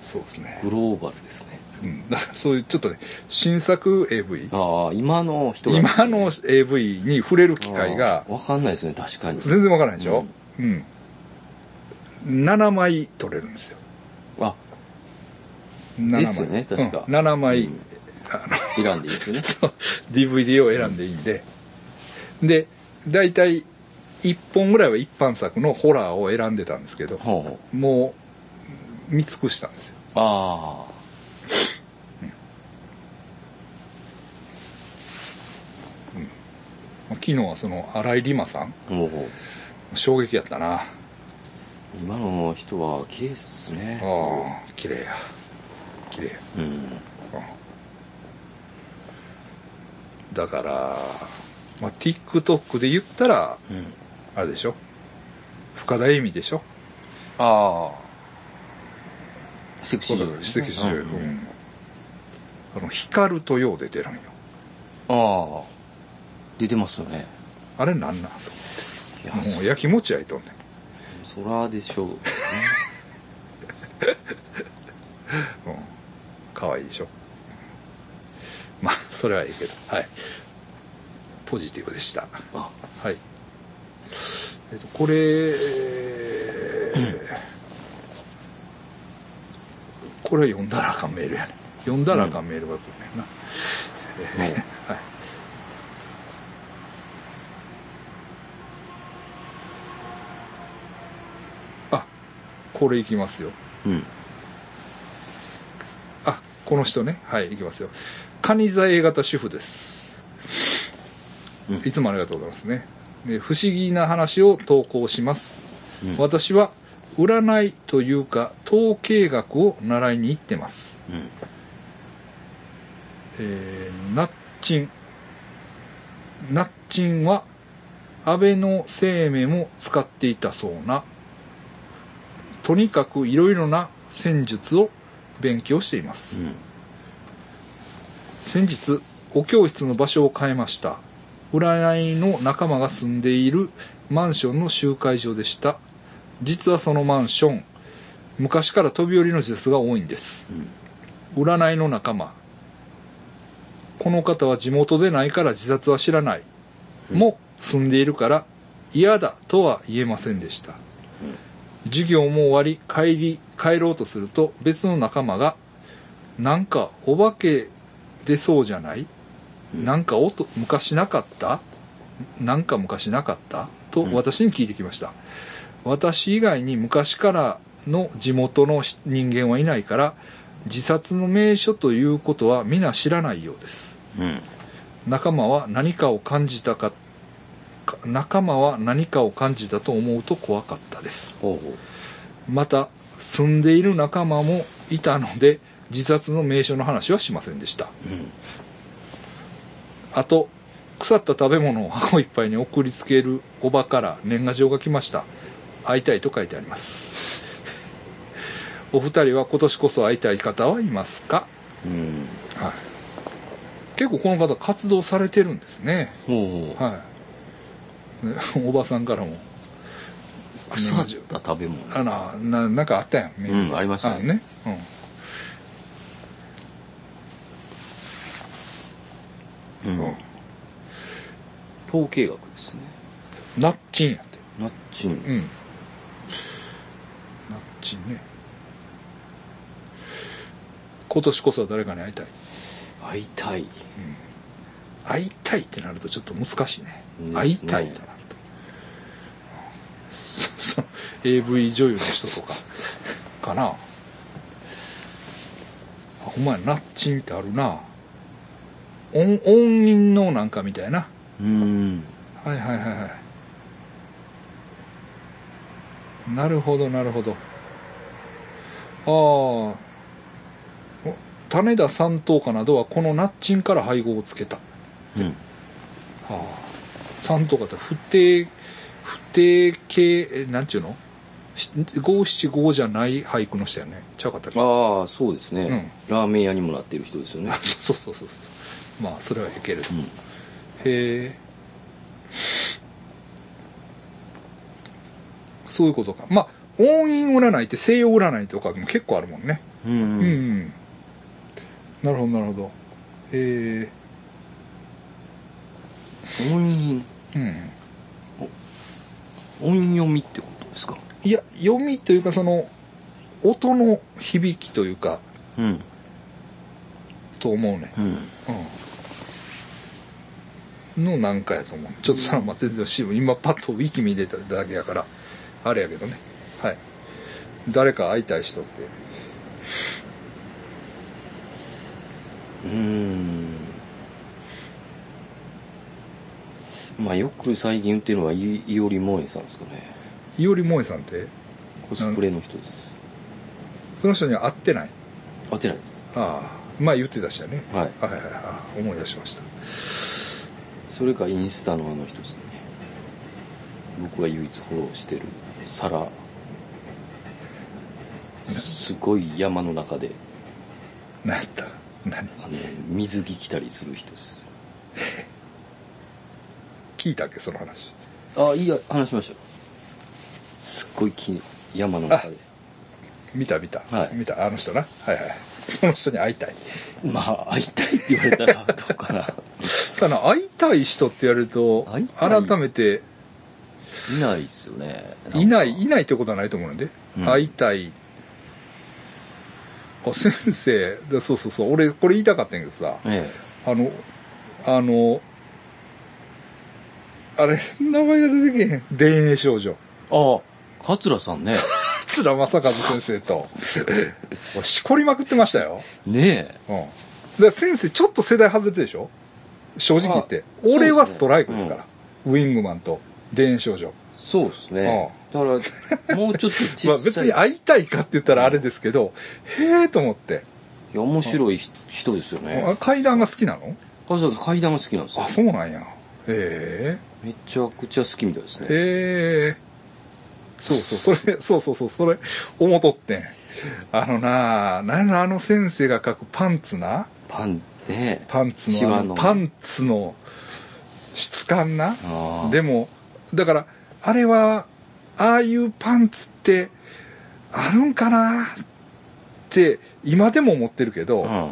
[SPEAKER 1] そうですね、
[SPEAKER 2] グローバルですね
[SPEAKER 1] うん、だからそういうちょっとね新作 AV
[SPEAKER 2] ああ今の人が
[SPEAKER 1] 今の AV に触れる機会が
[SPEAKER 2] 分かんないですね確かに
[SPEAKER 1] 全然わからないでしょ、うん7枚取れるんですよ
[SPEAKER 2] あ
[SPEAKER 1] 7枚
[SPEAKER 2] ですよね確か
[SPEAKER 1] うん7枚、
[SPEAKER 2] うん
[SPEAKER 1] あの
[SPEAKER 2] 選んでいい ですよね
[SPEAKER 1] そう DVD を選んでいいんで、で大体1本ぐらいは一般作のホラーを選んでたんですけど
[SPEAKER 2] ほうほう
[SPEAKER 1] もう見尽くしたんですよ
[SPEAKER 2] ああ
[SPEAKER 1] 昨日はその新井里馬さん
[SPEAKER 2] ほうほう
[SPEAKER 1] 衝撃やったなあ
[SPEAKER 2] 今の人は綺麗ですね
[SPEAKER 1] あ綺麗や綺麗や
[SPEAKER 2] うん
[SPEAKER 1] うんだから、まあ、TikTok で言ったら
[SPEAKER 2] うん
[SPEAKER 1] あれでしょ深田恵美でしょ
[SPEAKER 2] ああセクシー
[SPEAKER 1] 指
[SPEAKER 2] 女優ね
[SPEAKER 1] 摘しようよ、
[SPEAKER 2] うん
[SPEAKER 1] うんあの光とよう出てるんよ
[SPEAKER 2] ああ出てますよね
[SPEAKER 1] あれなんなん
[SPEAKER 2] いや
[SPEAKER 1] とも
[SPEAKER 2] そう
[SPEAKER 1] 焼きもち焼いとんねん
[SPEAKER 2] そら でしょうね
[SPEAKER 1] うん、可愛いでしょそれはいいけどはいポジティブでした
[SPEAKER 2] あ
[SPEAKER 1] はいえっとこれ、これは読んだらあかんメールやね読んだらあかんメールが来るねんな、はいあこれいきますよ
[SPEAKER 2] うん
[SPEAKER 1] あこの人ねはいいきますよカニ座 A 型主婦です、
[SPEAKER 2] うん
[SPEAKER 1] いつもありがとうございますねで不思議な話を投稿します、
[SPEAKER 2] うん
[SPEAKER 1] 私は占いというか統計学を習いに行ってます、
[SPEAKER 2] うん
[SPEAKER 1] えーナッチンナッチンは安倍の生命も使っていたそうなとにかくいろいろな戦術を勉強しています、
[SPEAKER 2] うん
[SPEAKER 1] 先日お教室の場所を変えました占いの仲間が住んでいるマンションの集会所でした実はそのマンション昔から飛び降りの施設が多いんです
[SPEAKER 2] うん
[SPEAKER 1] 占いの仲間この方は地元でないから自殺は知らない、も住んでいるから嫌だとは言えませんでした、授業も終わり帰り帰ろうとすると別の仲間が「なんかお化け出そうじゃないなんか音昔なかったなんか昔なかった?」と私に聞いてきました、私以外に昔からの地元の人間はいないから自殺の名所ということは皆知らないようです
[SPEAKER 2] うん
[SPEAKER 1] 仲間は何かを感じたかか仲間は何かを感じたと思うと怖かったです
[SPEAKER 2] ほうほう
[SPEAKER 1] また住んでいる仲間もいたので自殺の名所の話はしませんでした
[SPEAKER 2] うん
[SPEAKER 1] あと腐った食べ物を箱いっぱいに送りつけるおばから年賀状が来ました会いたいと書いてありますお二人は今年こそ会いたい方はいますか、
[SPEAKER 2] うん
[SPEAKER 1] はい、結構この方活動されてるんですね
[SPEAKER 2] ほうほう
[SPEAKER 1] はいねおばさんからも
[SPEAKER 2] 腐った食べ物
[SPEAKER 1] あなななんかあったやんメール
[SPEAKER 2] うんありましたね
[SPEAKER 1] ねうん
[SPEAKER 2] うん統計学ですね
[SPEAKER 1] ナッチンやって
[SPEAKER 2] ナッチン
[SPEAKER 1] うん。ナッチンね。今年こそは誰かに会いたい。
[SPEAKER 2] 会いたい
[SPEAKER 1] 会いたいってなるとちょっと難しいね。
[SPEAKER 2] うん
[SPEAKER 1] 会いたいとなると。 そその AV 女優の人とか、 かな。あ、ほんまや、ナッチンってあるな。音音韻のなんかみたいな。
[SPEAKER 2] うん
[SPEAKER 1] はいはいはいはいなるほどなるほどああお種田三等家などはこのナッチンから配合をつけた、
[SPEAKER 2] うん
[SPEAKER 1] ああ三等家って不定不定形えなんちゅうのし五七五じゃない俳句の人やねちゃうかったっけ
[SPEAKER 2] ああそうですね、ラーメン屋にもなってる人ですよね
[SPEAKER 1] そうそうそうそうまあそれはいける、へえそういうことか。まあ、音韻占いって西洋占いとかでも結構あるもんね。
[SPEAKER 2] うん
[SPEAKER 1] う
[SPEAKER 2] うん
[SPEAKER 1] ん。なるほど、なるほど。え
[SPEAKER 2] 音韻
[SPEAKER 1] ー、うん。
[SPEAKER 2] 音読みってことですか
[SPEAKER 1] いや、読みというか、その、音の響きというか、
[SPEAKER 2] うん
[SPEAKER 1] と思うね。
[SPEAKER 2] うん
[SPEAKER 1] うん。のなんかやと思う。ちょっとそれはまあ全然知る。今パッとウィキ見出ただけやから、あれやけどね。はい。誰か会いたい人って。
[SPEAKER 2] うんまあよく最近言ってるのはいいおりもえさんですかね
[SPEAKER 1] いおりもえさんって、
[SPEAKER 2] コスプレの人です
[SPEAKER 1] その人には会ってない。
[SPEAKER 2] 当てないです
[SPEAKER 1] ああ。まあ言ってたしやね。
[SPEAKER 2] はい
[SPEAKER 1] はいはいはい。思い出しました。
[SPEAKER 2] それかインスタのあの人ですかね僕が唯一フォローしてるサラすごい山の中で
[SPEAKER 1] 何やった何
[SPEAKER 2] あの水着着たりする人です
[SPEAKER 1] 聞いたっけその話。
[SPEAKER 2] あいいや話しましたよすっごい木山の中で
[SPEAKER 1] 見た見た。
[SPEAKER 2] はい
[SPEAKER 1] 見た。あの人な。はいはい。その人に会いたい
[SPEAKER 2] まあ会いたいって言われたらどうかな
[SPEAKER 1] さあな会いたい人って言われると
[SPEAKER 2] 会いたい
[SPEAKER 1] 改めて
[SPEAKER 2] いないですよねんか
[SPEAKER 1] いないいないってことはないと思うんで、
[SPEAKER 2] うん
[SPEAKER 1] 会いたいあ先生だそうそうそう俺これ言いたかったんやけどさ
[SPEAKER 2] え
[SPEAKER 1] あのあのあれ名前が出てけへん「霊影少女
[SPEAKER 2] えああ桂さんね」
[SPEAKER 1] 桂正和先生と俺しこりまくってましたよ
[SPEAKER 2] ねえ
[SPEAKER 1] うん。だから先生、ちょっと世代外れてるでしょ正直言って。
[SPEAKER 2] あ
[SPEAKER 1] 俺は
[SPEAKER 2] そうですね
[SPEAKER 1] ストライクですから。ウィングマンと、電炎少女。
[SPEAKER 2] そうですねだからもうちょっと小さい
[SPEAKER 1] まあ別に会いたいかって言ったらあれですけど、へえと思って。
[SPEAKER 2] いや面白い人ですよね
[SPEAKER 1] あ階段が好きなの
[SPEAKER 2] 桂さん階段が好きなんですよ
[SPEAKER 1] あ、そうなんや。へ
[SPEAKER 2] めちゃくちゃ好きみたいです
[SPEAKER 1] え。
[SPEAKER 2] ね
[SPEAKER 1] へえ。そうそう、それ、そうそうそう、それ、思とってん。あのなあ、なんやろあの先生が書くパンツな。
[SPEAKER 2] パンね
[SPEAKER 1] パンツの
[SPEAKER 2] シ
[SPEAKER 1] あ
[SPEAKER 2] ワ
[SPEAKER 1] の
[SPEAKER 2] の
[SPEAKER 1] パンツの質感な
[SPEAKER 2] あー
[SPEAKER 1] でもだからあれはああいうパンツってあるんかなって今でも思ってるけ
[SPEAKER 2] うん
[SPEAKER 1] ど、
[SPEAKER 2] あ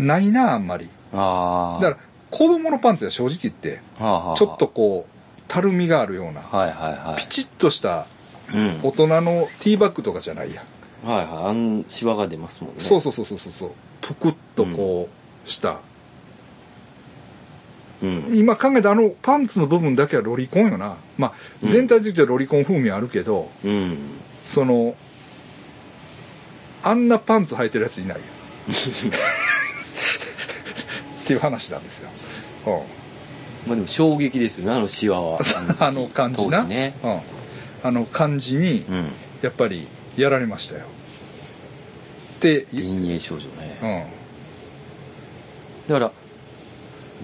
[SPEAKER 1] ないなあんまり
[SPEAKER 2] あ
[SPEAKER 1] だから子供のパンツは正直言って
[SPEAKER 2] らはあはあ
[SPEAKER 1] ちょっとこうたるみがあるような
[SPEAKER 2] はいはいは
[SPEAKER 1] ピチッとした
[SPEAKER 2] いうん
[SPEAKER 1] 大人のティーバッグとかじゃないやん
[SPEAKER 2] はいはいあんシワが出ますもんね
[SPEAKER 1] そうそうそうそうそうそうぷくっとこうした、
[SPEAKER 2] うん
[SPEAKER 1] 今考えたあのパンツの部分だけはロリコンよなまあ
[SPEAKER 2] うん
[SPEAKER 1] 全体的にはロリコン風味あるけど、
[SPEAKER 2] うん
[SPEAKER 1] そのあんなパンツ履いてるやついないよっていう話なんですよ、う
[SPEAKER 2] まあでも衝撃ですよねあのシワ
[SPEAKER 1] ん、
[SPEAKER 2] は
[SPEAKER 1] あの感じな、
[SPEAKER 2] 当時ね
[SPEAKER 1] うん、あの感じに
[SPEAKER 2] うん
[SPEAKER 1] やっぱりやられましたよで、
[SPEAKER 2] 電影少女ね
[SPEAKER 1] うん、
[SPEAKER 2] だから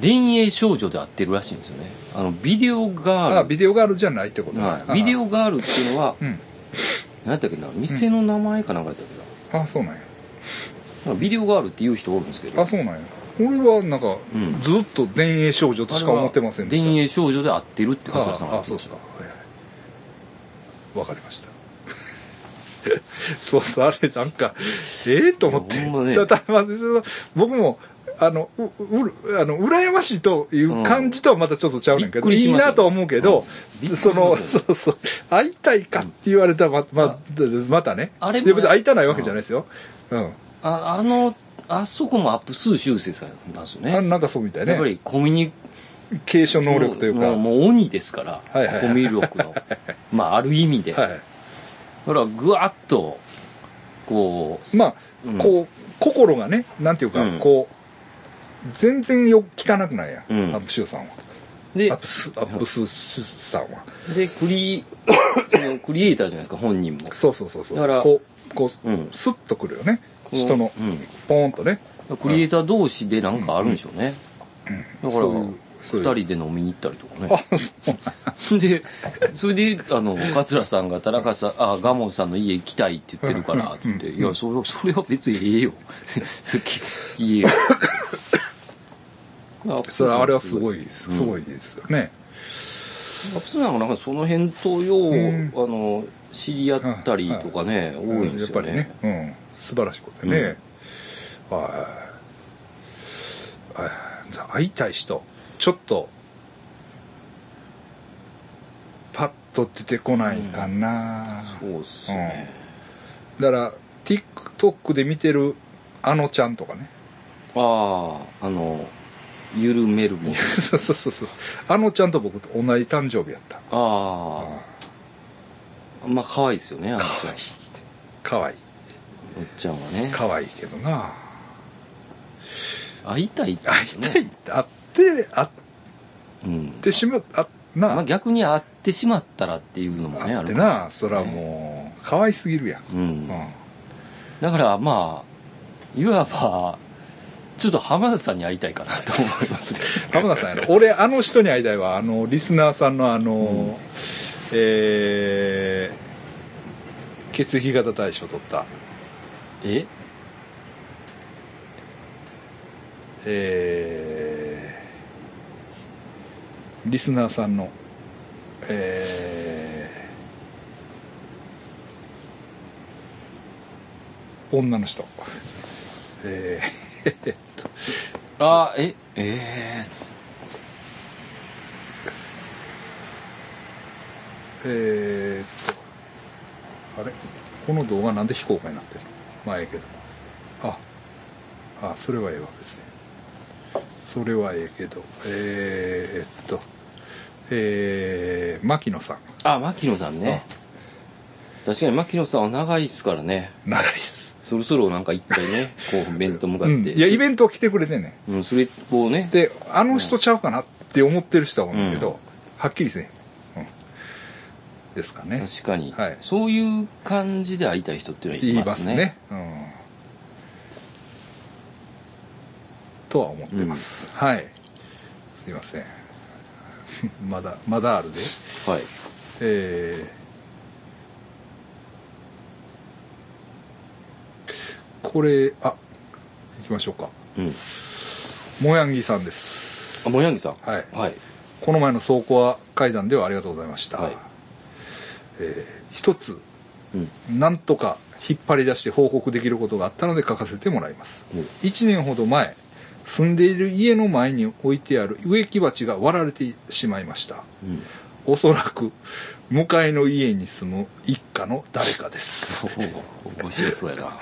[SPEAKER 2] 電影少女で合ってるらしいんですよねあのビデオガ
[SPEAKER 1] あ
[SPEAKER 2] ー
[SPEAKER 1] ビデオガールじゃないってこと
[SPEAKER 2] ル
[SPEAKER 1] ね
[SPEAKER 2] はいビデ
[SPEAKER 1] あ
[SPEAKER 2] オガールっていうのは
[SPEAKER 1] うん
[SPEAKER 2] 何やったっけな店の名前かなんかやったっけな
[SPEAKER 1] あそうなんや
[SPEAKER 2] なんかビデオガールっていう人おるんですけど
[SPEAKER 1] あそうなんや俺はなんか、
[SPEAKER 2] うん
[SPEAKER 1] ずっと電影少女としか思ってませんでした
[SPEAKER 2] 電影少女で合ってるって桂さん
[SPEAKER 1] あ
[SPEAKER 2] が
[SPEAKER 1] ああそうですかはいはいわかりました そうそうあれなんかええと思って
[SPEAKER 2] いやほんまね
[SPEAKER 1] だだまあ別に僕もあのううるあの羨ましいという感じとはまたちょっとちゃうねんけど、
[SPEAKER 2] うんびっく
[SPEAKER 1] い
[SPEAKER 2] りし
[SPEAKER 1] い
[SPEAKER 2] ました
[SPEAKER 1] なとは思うけど、
[SPEAKER 2] うんびっくりし
[SPEAKER 1] そ
[SPEAKER 2] ました
[SPEAKER 1] のそうそう会いたいかって言われたらまままたね
[SPEAKER 2] あれも
[SPEAKER 1] いや別に会いたないわけじゃないですよ、うん
[SPEAKER 2] ああのあそこもアップ数修正されたんですよね
[SPEAKER 1] あなんかそうみたい
[SPEAKER 2] やっぱ
[SPEAKER 1] ね
[SPEAKER 2] りコミュニ
[SPEAKER 1] 継承能力というか
[SPEAKER 2] もうもう鬼ですから、
[SPEAKER 1] はいはいはい
[SPEAKER 2] コミュ力 のまあある意味で、
[SPEAKER 1] はい
[SPEAKER 2] ほらぐわっとこう
[SPEAKER 1] まあ、
[SPEAKER 2] うん
[SPEAKER 1] こう心がねなんていうか、
[SPEAKER 2] うん
[SPEAKER 1] こう全然よ汚くないや、
[SPEAKER 2] うん
[SPEAKER 1] アップシューさんは
[SPEAKER 2] で
[SPEAKER 1] アップスアップスさんは
[SPEAKER 2] で クリそのクリエイターじゃないですか本人も
[SPEAKER 1] そうそうそうそう
[SPEAKER 2] だから
[SPEAKER 1] こうこう、
[SPEAKER 2] うん
[SPEAKER 1] スッとくるよね
[SPEAKER 2] こう
[SPEAKER 1] 人の、
[SPEAKER 2] うん
[SPEAKER 1] ポーンとね
[SPEAKER 2] クリエイター同士でなんかあるんでしょうね、だから
[SPEAKER 1] そういうそういう
[SPEAKER 2] 2人で飲みに行ったりとかね
[SPEAKER 1] あそう
[SPEAKER 2] で、それで、あの、桂さんが田中さん、あ、ガモンさんの家行きたいって言ってるから、って言って、いや、それ、それは別にええよ。 それきいいよ。アッ プ
[SPEAKER 1] それあれはすご
[SPEAKER 2] い。
[SPEAKER 1] いです、すごいですよね
[SPEAKER 2] アップスさんがなんかその辺とよう、
[SPEAKER 1] ん
[SPEAKER 2] あの、知り合ったりとかね、
[SPEAKER 1] うん
[SPEAKER 2] 多いんで
[SPEAKER 1] やっ
[SPEAKER 2] す
[SPEAKER 1] ぱ
[SPEAKER 2] よ
[SPEAKER 1] り
[SPEAKER 2] ね。
[SPEAKER 1] ね、うん、素晴らしいことやね、はいはいじゃあ会いたい人ちょっとパッと出てこないかな、
[SPEAKER 2] そうっすね。
[SPEAKER 1] だから TikTok で見てるあのちゃんとかね
[SPEAKER 2] ああ、あの、緩めるもん。
[SPEAKER 1] そうそうそうそうあのちゃんと僕と同じ誕生日やった
[SPEAKER 2] ああ。まあ、可愛いですよね、あのちゃん。
[SPEAKER 1] かわいい
[SPEAKER 2] おっちゃんはね。
[SPEAKER 1] かわいいけどな
[SPEAKER 2] 会いたいって
[SPEAKER 1] 会い
[SPEAKER 2] ね
[SPEAKER 1] たいって会って会っ
[SPEAKER 2] うん。
[SPEAKER 1] てしまうあなあ
[SPEAKER 2] まあ、逆に会ってしまったらっていうのもね
[SPEAKER 1] あ
[SPEAKER 2] あ
[SPEAKER 1] って
[SPEAKER 2] るから
[SPEAKER 1] なそらもう可愛すぎるやん、
[SPEAKER 2] う
[SPEAKER 1] うんん、
[SPEAKER 2] だからまあいわばちょっと浜田さんに会いたいかなと思 いますね
[SPEAKER 1] 浜田さんやろ俺あの人に会いたいわあのリスナーさんのあの、えー血液型大賞取った
[SPEAKER 2] え
[SPEAKER 1] えーリスナーさんのえー女の人えー
[SPEAKER 2] あええ
[SPEAKER 1] えーっとあれこの動画なんで非公開になってるまあええけどああそれはええわですねそれはええけどえーっとえー、牧野さん
[SPEAKER 2] ー、あ牧野さんね確かに牧野さんは長いっすからね
[SPEAKER 1] 長いっす、
[SPEAKER 2] そろそろなんか一回 ねこう面と向か
[SPEAKER 1] う
[SPEAKER 2] っ
[SPEAKER 1] ん、
[SPEAKER 2] て、
[SPEAKER 1] いやイベント来てくれてね
[SPEAKER 2] うん、それをね
[SPEAKER 1] であの人ちゃうかなって思ってる人は思うんだけど、
[SPEAKER 2] うん
[SPEAKER 1] はっきりせん、うん、ですかね
[SPEAKER 2] 確かに、
[SPEAKER 1] はい
[SPEAKER 2] そういう感じで会いたい人っていうのはい
[SPEAKER 1] 言い
[SPEAKER 2] ま
[SPEAKER 1] ますす
[SPEAKER 2] ね
[SPEAKER 1] ね、うん、とは思ってます、はいすいません まだまだあるで
[SPEAKER 2] はい
[SPEAKER 1] えーこれあ行きましょうか
[SPEAKER 2] うん
[SPEAKER 1] もやんぎさんです
[SPEAKER 2] あもやんぎさん
[SPEAKER 1] はい
[SPEAKER 2] はい
[SPEAKER 1] この前の倉庫は会談ではありがとうございました、
[SPEAKER 2] はい
[SPEAKER 1] えー一つ
[SPEAKER 2] うん
[SPEAKER 1] なんとか引っ張り出して報告できることがあったので書かせてもらいます、
[SPEAKER 2] うん
[SPEAKER 1] 1年ほど前住んでいる家の前に置いてある植木鉢が割られてしまいました
[SPEAKER 2] うん
[SPEAKER 1] おそらく向かいの家に住む一家の誰かです
[SPEAKER 2] おお面白そうやな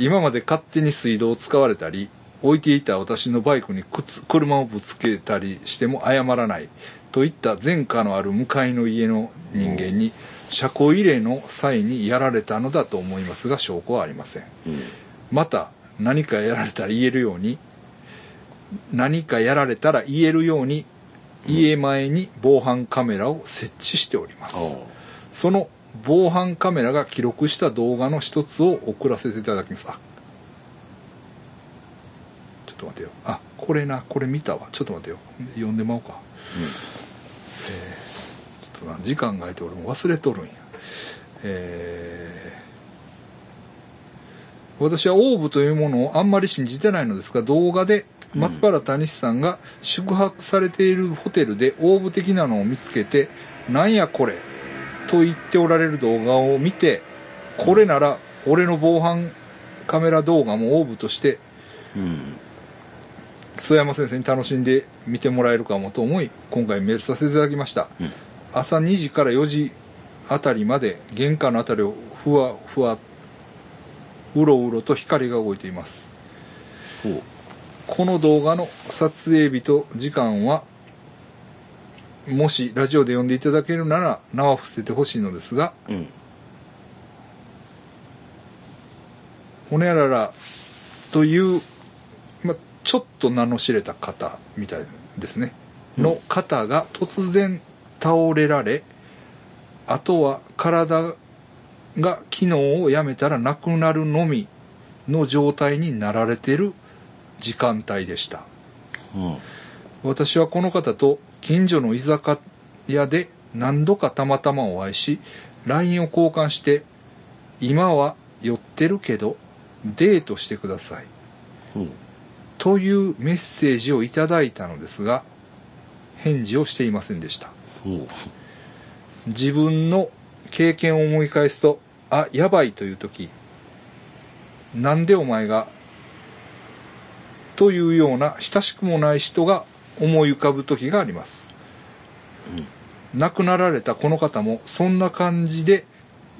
[SPEAKER 1] 今まで勝手に水道を使われたり置いていた私のバイクに靴車をぶつけたりしても謝らないといった前科のある向かいの家の人間に車庫入れの際にやられたのだと思いますが証拠はありません
[SPEAKER 2] うん
[SPEAKER 1] また何かやられたら言えるように何かやられたら言えるように家前に防犯カメラを設置しております、
[SPEAKER 2] おう
[SPEAKER 1] その防犯カメラが記録した動画の一つを送らせていただきますあちょっと待てよあこれなこれ見たわちょっと待てよ読んでまおうか、えーちょっとな時間が空いて俺も忘れとるんやえー私はオーブというものをあんまり信じてないのですが動画で松原谷志さんが宿泊されているホテルでオーブ的なのを見つけて「なんやこれ」と言っておられる動画を見てこれなら俺の防犯カメラ動画もオーブとして
[SPEAKER 2] うん
[SPEAKER 1] 須山先生に楽しんで見てもらえるかもと思い今回メールさせていただきました、
[SPEAKER 2] うん
[SPEAKER 1] 朝2時から4時あたりまで玄関のあたりをふわふわうろうろと光が動いています
[SPEAKER 2] ほう
[SPEAKER 1] この動画の撮影日と時間はもしラジオで呼んでいただけるなら名は伏せてほしいのですが
[SPEAKER 2] うん
[SPEAKER 1] ほにゃららという、まあ、ちょっと名の知れた方みたいですね、の方が突然倒れられあとは体が機能をやめたらなくなるのみの状態になられてる時間帯でした
[SPEAKER 2] うん
[SPEAKER 1] 私はこの方と近所の居酒屋で何度かたまたまお会いし LINE を交換して「今は寄ってるけどデートしてください
[SPEAKER 2] うん」
[SPEAKER 1] というメッセージをいただいたのですが返事をしていませんでした
[SPEAKER 2] ほう
[SPEAKER 1] 自分の経験を思い返すとあやばいという時なんでお前がというような親しくもない人が思い浮かぶ時があります、亡くなられたこの方もそんな感じで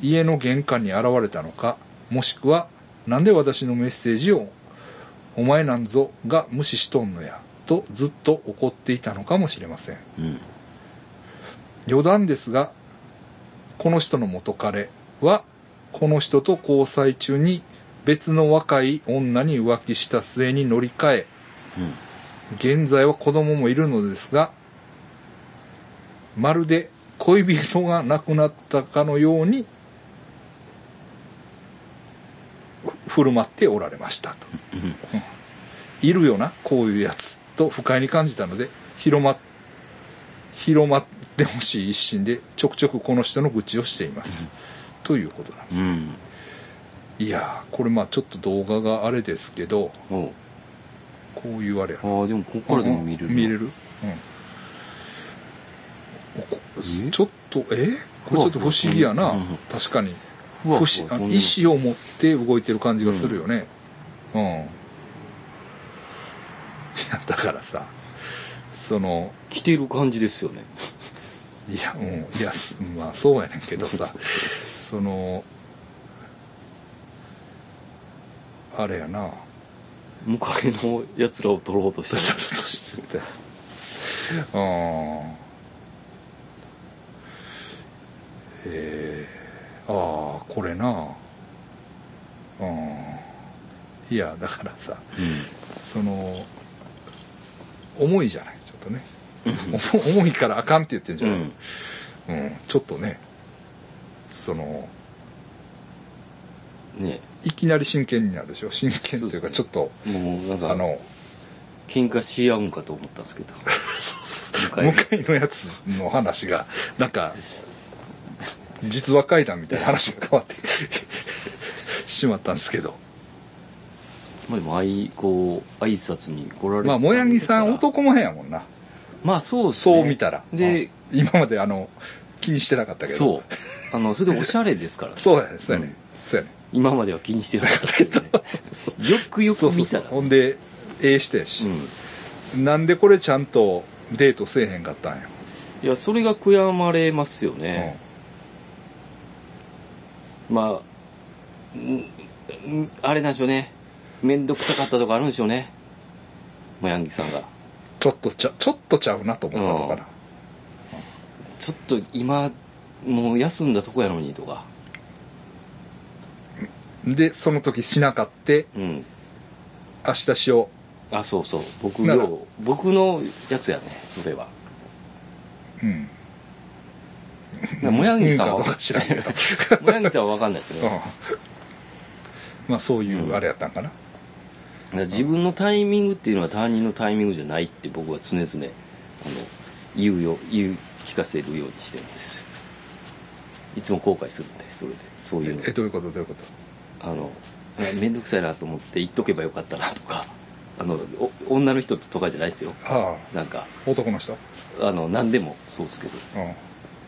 [SPEAKER 1] 家の玄関に現れたのかもしくはなんで私のメッセージを「お前なんぞが無視しとんのや」とずっと怒っていたのかもしれません
[SPEAKER 2] うん
[SPEAKER 1] 余談ですがこの人の元彼はこの人と交際中に別の若い女に浮気した末に乗り換え
[SPEAKER 2] うん
[SPEAKER 1] 現在は子供もいるのですがまるで恋人が亡くなったかのようにふ振る舞っておられましたと、
[SPEAKER 2] うん
[SPEAKER 1] いるよなこういうやつと不快に感じたので広ま広まってほしい一心でちょくちょくこの人の愚痴をしています、ということなんです、
[SPEAKER 2] うん
[SPEAKER 1] いやーこれまあちょっと動画があれですけど
[SPEAKER 2] おう
[SPEAKER 1] こういうあれやな
[SPEAKER 2] ああでもここからでも見れる
[SPEAKER 1] うん
[SPEAKER 2] な
[SPEAKER 1] 見れる、うんこ
[SPEAKER 2] え
[SPEAKER 1] ちょっとえこれちょっと不思議やな、
[SPEAKER 2] うんうん
[SPEAKER 1] 確かに
[SPEAKER 2] ふわふわ
[SPEAKER 1] 不思
[SPEAKER 2] 飛んで
[SPEAKER 1] 意思を持って動いてる感じがするよねうん、やったからさその
[SPEAKER 2] 来てる感じですよね
[SPEAKER 1] いやもういやすまあそうやねんけどさそのあれやな
[SPEAKER 2] ムカゲのやつらを取ろうと
[SPEAKER 1] そ
[SPEAKER 2] して
[SPEAKER 1] ろとしててうんえー、ああこれなうんいやだからさその重いじゃないちょっとね重重いからあかんって言ってんじ
[SPEAKER 2] う
[SPEAKER 1] ゃ
[SPEAKER 2] ん、
[SPEAKER 1] な
[SPEAKER 2] う
[SPEAKER 1] い、
[SPEAKER 2] ん、
[SPEAKER 1] うんちょっとねその
[SPEAKER 2] ね
[SPEAKER 1] いきなり真剣になるでしょ真剣という
[SPEAKER 2] そうです
[SPEAKER 1] か
[SPEAKER 2] ね
[SPEAKER 1] ちょっと、
[SPEAKER 2] もうなんか
[SPEAKER 1] あの
[SPEAKER 2] 喧嘩し合うんかと思ったんですけ ど
[SPEAKER 1] 向かいのやつの話がなんか実話怪談みたいな話が変わってしまったんですけど
[SPEAKER 2] まあでもあいこう挨拶に来られて
[SPEAKER 1] まあもやぎさん
[SPEAKER 2] 男
[SPEAKER 1] 男前やもんな
[SPEAKER 2] まあそうっすね
[SPEAKER 1] そう見たら、
[SPEAKER 2] で、
[SPEAKER 1] うん今まであの気にしてなかったけど
[SPEAKER 2] そうあのそれでおしゃれですから、ね、
[SPEAKER 1] そうやねそうやね、
[SPEAKER 2] うん
[SPEAKER 1] そうやね
[SPEAKER 2] 今までは気にしてなかったけどねよくよく
[SPEAKER 1] そうそう
[SPEAKER 2] 見
[SPEAKER 1] そ
[SPEAKER 2] た
[SPEAKER 1] う
[SPEAKER 2] ら
[SPEAKER 1] ほんでええしてやし
[SPEAKER 2] う、ん
[SPEAKER 1] なんでこれちゃんとデートせえへんかったんや、
[SPEAKER 2] いやそれが悔やまれますよね、まあんんあれなんでしょうね面倒くさかったとかあるんでしょうねもやんぎさんが
[SPEAKER 1] うんちょっとちゃちょっとちゃうなと思ったとかな、
[SPEAKER 2] ちょっと今もう休んだとこやのにとか
[SPEAKER 1] でその時しなかって
[SPEAKER 2] うん
[SPEAKER 1] 明日しよ
[SPEAKER 2] あそうそう僕
[SPEAKER 1] なら
[SPEAKER 2] よう僕のやつやねそれは
[SPEAKER 1] ううん
[SPEAKER 2] なもやんぎさんは
[SPEAKER 1] うんかどうか知らんけど
[SPEAKER 2] もやんぎさんは分かんないですけど、
[SPEAKER 1] うん まあそういうあれやったんかな、
[SPEAKER 2] だから自分のタイミングっていうのは他人のタイミングじゃないって僕は常々あの言うよ言う聞かせるようにしてるんですよいつも後悔するんでそれでそういうの
[SPEAKER 1] えどういうことどういうこと
[SPEAKER 2] あのえ面倒くさいなと思って言っとけばよかったなとかあのお女の人とかじゃないですよ
[SPEAKER 1] あ
[SPEAKER 2] なんか
[SPEAKER 1] あ男の人うん
[SPEAKER 2] あの何でもそうですけど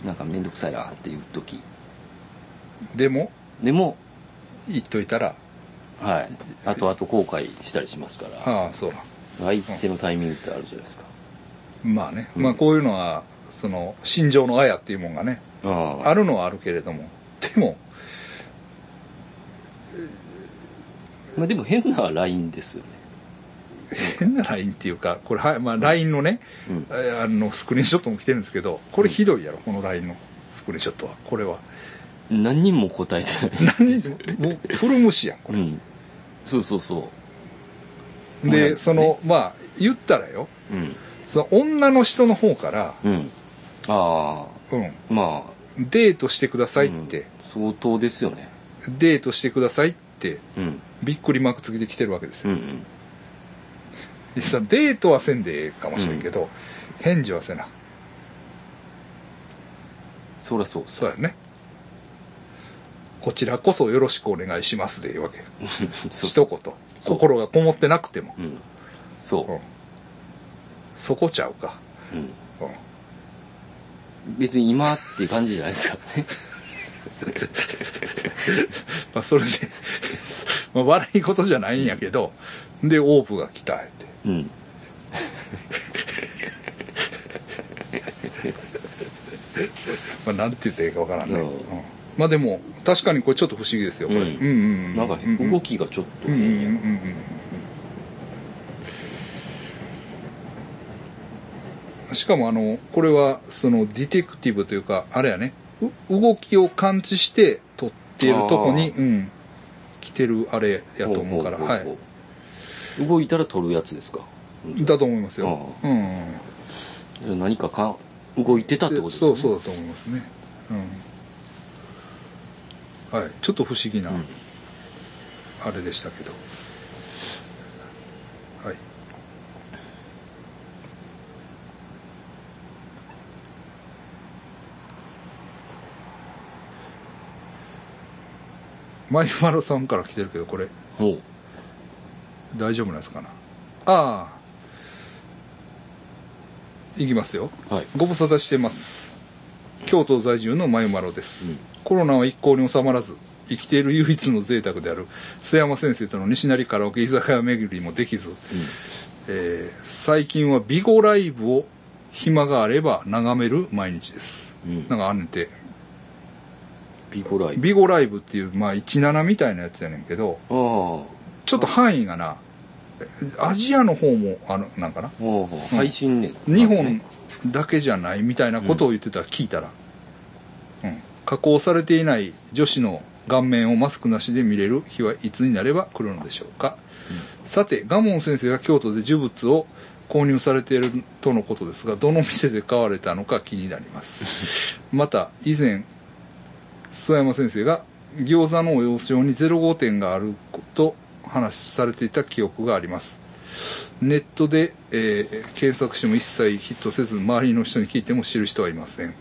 [SPEAKER 2] なんか面倒くさいなっていう時
[SPEAKER 1] でも
[SPEAKER 2] でも
[SPEAKER 1] 言っといたら
[SPEAKER 2] はい後々後悔したりしますから
[SPEAKER 1] ああそうなん
[SPEAKER 2] 相手のタイミングってあるじゃないですか
[SPEAKER 1] まあね、
[SPEAKER 2] うん
[SPEAKER 1] まあこういうのはその心情のあやっていうもんがね
[SPEAKER 2] ああ
[SPEAKER 1] あるのはあるけれどもでも
[SPEAKER 2] まあでも変なラインですよね
[SPEAKER 1] 変な LINE っていうかこれは、まあ、LINE のね、
[SPEAKER 2] うん
[SPEAKER 1] えあのスクリーンショットも来てるんですけどこれひどいやろこの LINE のスクリーンショットはこれは
[SPEAKER 2] 何人も答えてない
[SPEAKER 1] 何もう古虫やんこ
[SPEAKER 2] うんそうそうそ
[SPEAKER 1] れ
[SPEAKER 2] まあ
[SPEAKER 1] で
[SPEAKER 2] ね
[SPEAKER 1] そのまあ言ったらよ
[SPEAKER 2] ううん
[SPEAKER 1] その女の人の方から、
[SPEAKER 2] うんあ
[SPEAKER 1] うん、
[SPEAKER 2] あまあ
[SPEAKER 1] デートしてくださいっ
[SPEAKER 2] うん
[SPEAKER 1] て、
[SPEAKER 2] 相当ですよね
[SPEAKER 1] デートしてくださいって
[SPEAKER 2] うん
[SPEAKER 1] びっくりマーク付きで来てるわけです
[SPEAKER 2] う
[SPEAKER 1] よ、
[SPEAKER 2] んうん
[SPEAKER 1] 実際デートはせんでええかもしれんけど、返事はせな
[SPEAKER 2] そりゃそうっす
[SPEAKER 1] そうやねこちらこそよろしくお願いしますでいいわけ
[SPEAKER 2] そ
[SPEAKER 1] 一
[SPEAKER 2] う
[SPEAKER 1] 言
[SPEAKER 2] そう
[SPEAKER 1] 心がこもってなくても、
[SPEAKER 2] うんそ
[SPEAKER 1] うんそこちゃうか、
[SPEAKER 2] う、うん、
[SPEAKER 1] うん
[SPEAKER 2] 別に今っていう感じじゃないですからね
[SPEAKER 1] まあ、それで まあ悪いことじゃないんやけどでオープが来たって
[SPEAKER 2] うん
[SPEAKER 1] まあ、なんて言っていいかわからんね、
[SPEAKER 2] うん
[SPEAKER 1] うんまあでも確かにこれちょっと不思議ですよこれ、
[SPEAKER 2] うん
[SPEAKER 1] うん
[SPEAKER 2] なんか
[SPEAKER 1] うん
[SPEAKER 2] 動きがちょっと
[SPEAKER 1] うんうん
[SPEAKER 2] 変やな
[SPEAKER 1] うんうんしかもあのこれはそのディテクティブというかあれやねう動きを感知して撮っているとこに、
[SPEAKER 2] あ
[SPEAKER 1] うん、来てるあれやと思うから
[SPEAKER 2] ほほほほ動いたら取るやつですか
[SPEAKER 1] はいだと思いますよ、
[SPEAKER 2] あ
[SPEAKER 1] うんうんうん
[SPEAKER 2] じゃあ何かかん動いてたってことですね
[SPEAKER 1] そうそうだと思いますね、うん、はいちょっと不思議な、
[SPEAKER 2] うん
[SPEAKER 1] あれでしたけどはいマイマロさんから来てるけどこれ
[SPEAKER 2] ほう
[SPEAKER 1] 大丈夫なんですかなああいきますよ
[SPEAKER 2] はい
[SPEAKER 1] ご無沙汰してます京都在住のまゆまろです、コロナは一向に収まらず生きている唯一の贅沢である須山先生との西成カラオケ居酒屋巡りもできず、えー最近はビゴライブを暇があれば眺める毎日です、
[SPEAKER 2] うん
[SPEAKER 1] なんかあんねんて
[SPEAKER 2] ビコライブ
[SPEAKER 1] ビゴライブっていう、まあ、17みたいなやつやねんけど
[SPEAKER 2] ああは
[SPEAKER 1] ちょっと範囲がなアジアの方もあのなんかな
[SPEAKER 2] あはあ配信ね
[SPEAKER 1] 日
[SPEAKER 2] なん
[SPEAKER 1] 本
[SPEAKER 2] かね
[SPEAKER 1] だけじゃないみたいなことを言ってた、聞いたら、うん、加工されていない女子の顔面をマスクなしで見れる日はいつになれば来るのでしょうか、さて蒲門先生が京都で呪物を購入されているとのことですがどの店で買われたのか気になりますまた以前諏訪山先生が餃子の王将に05店があると話されていた記憶がありますネットで、えー検索しても一切ヒットせず周りの人に聞いても知る人はいません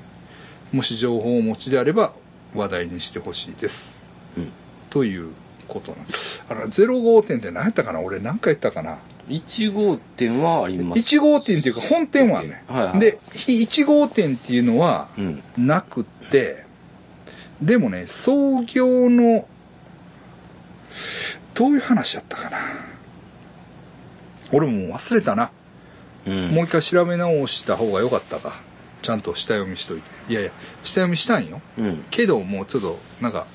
[SPEAKER 1] もし情報をお持ちであれば話題にしてほしいです、
[SPEAKER 2] うん
[SPEAKER 1] ということなんですあら05店って何やったかな俺何回言ったかな
[SPEAKER 2] 1号店はあります
[SPEAKER 1] 1号店っていうか本店はね、
[SPEAKER 2] はいはい
[SPEAKER 1] で非1号店っていうのは
[SPEAKER 2] うん
[SPEAKER 1] なくって、でもね創業のどういう話やったかな俺もう忘れたな
[SPEAKER 2] うん
[SPEAKER 1] もう一回調べ直した方が良かったか。ちゃんと下読みしといて。いやいや、下読みしたんよ。
[SPEAKER 2] うん
[SPEAKER 1] けど、もうちょっと、なんか、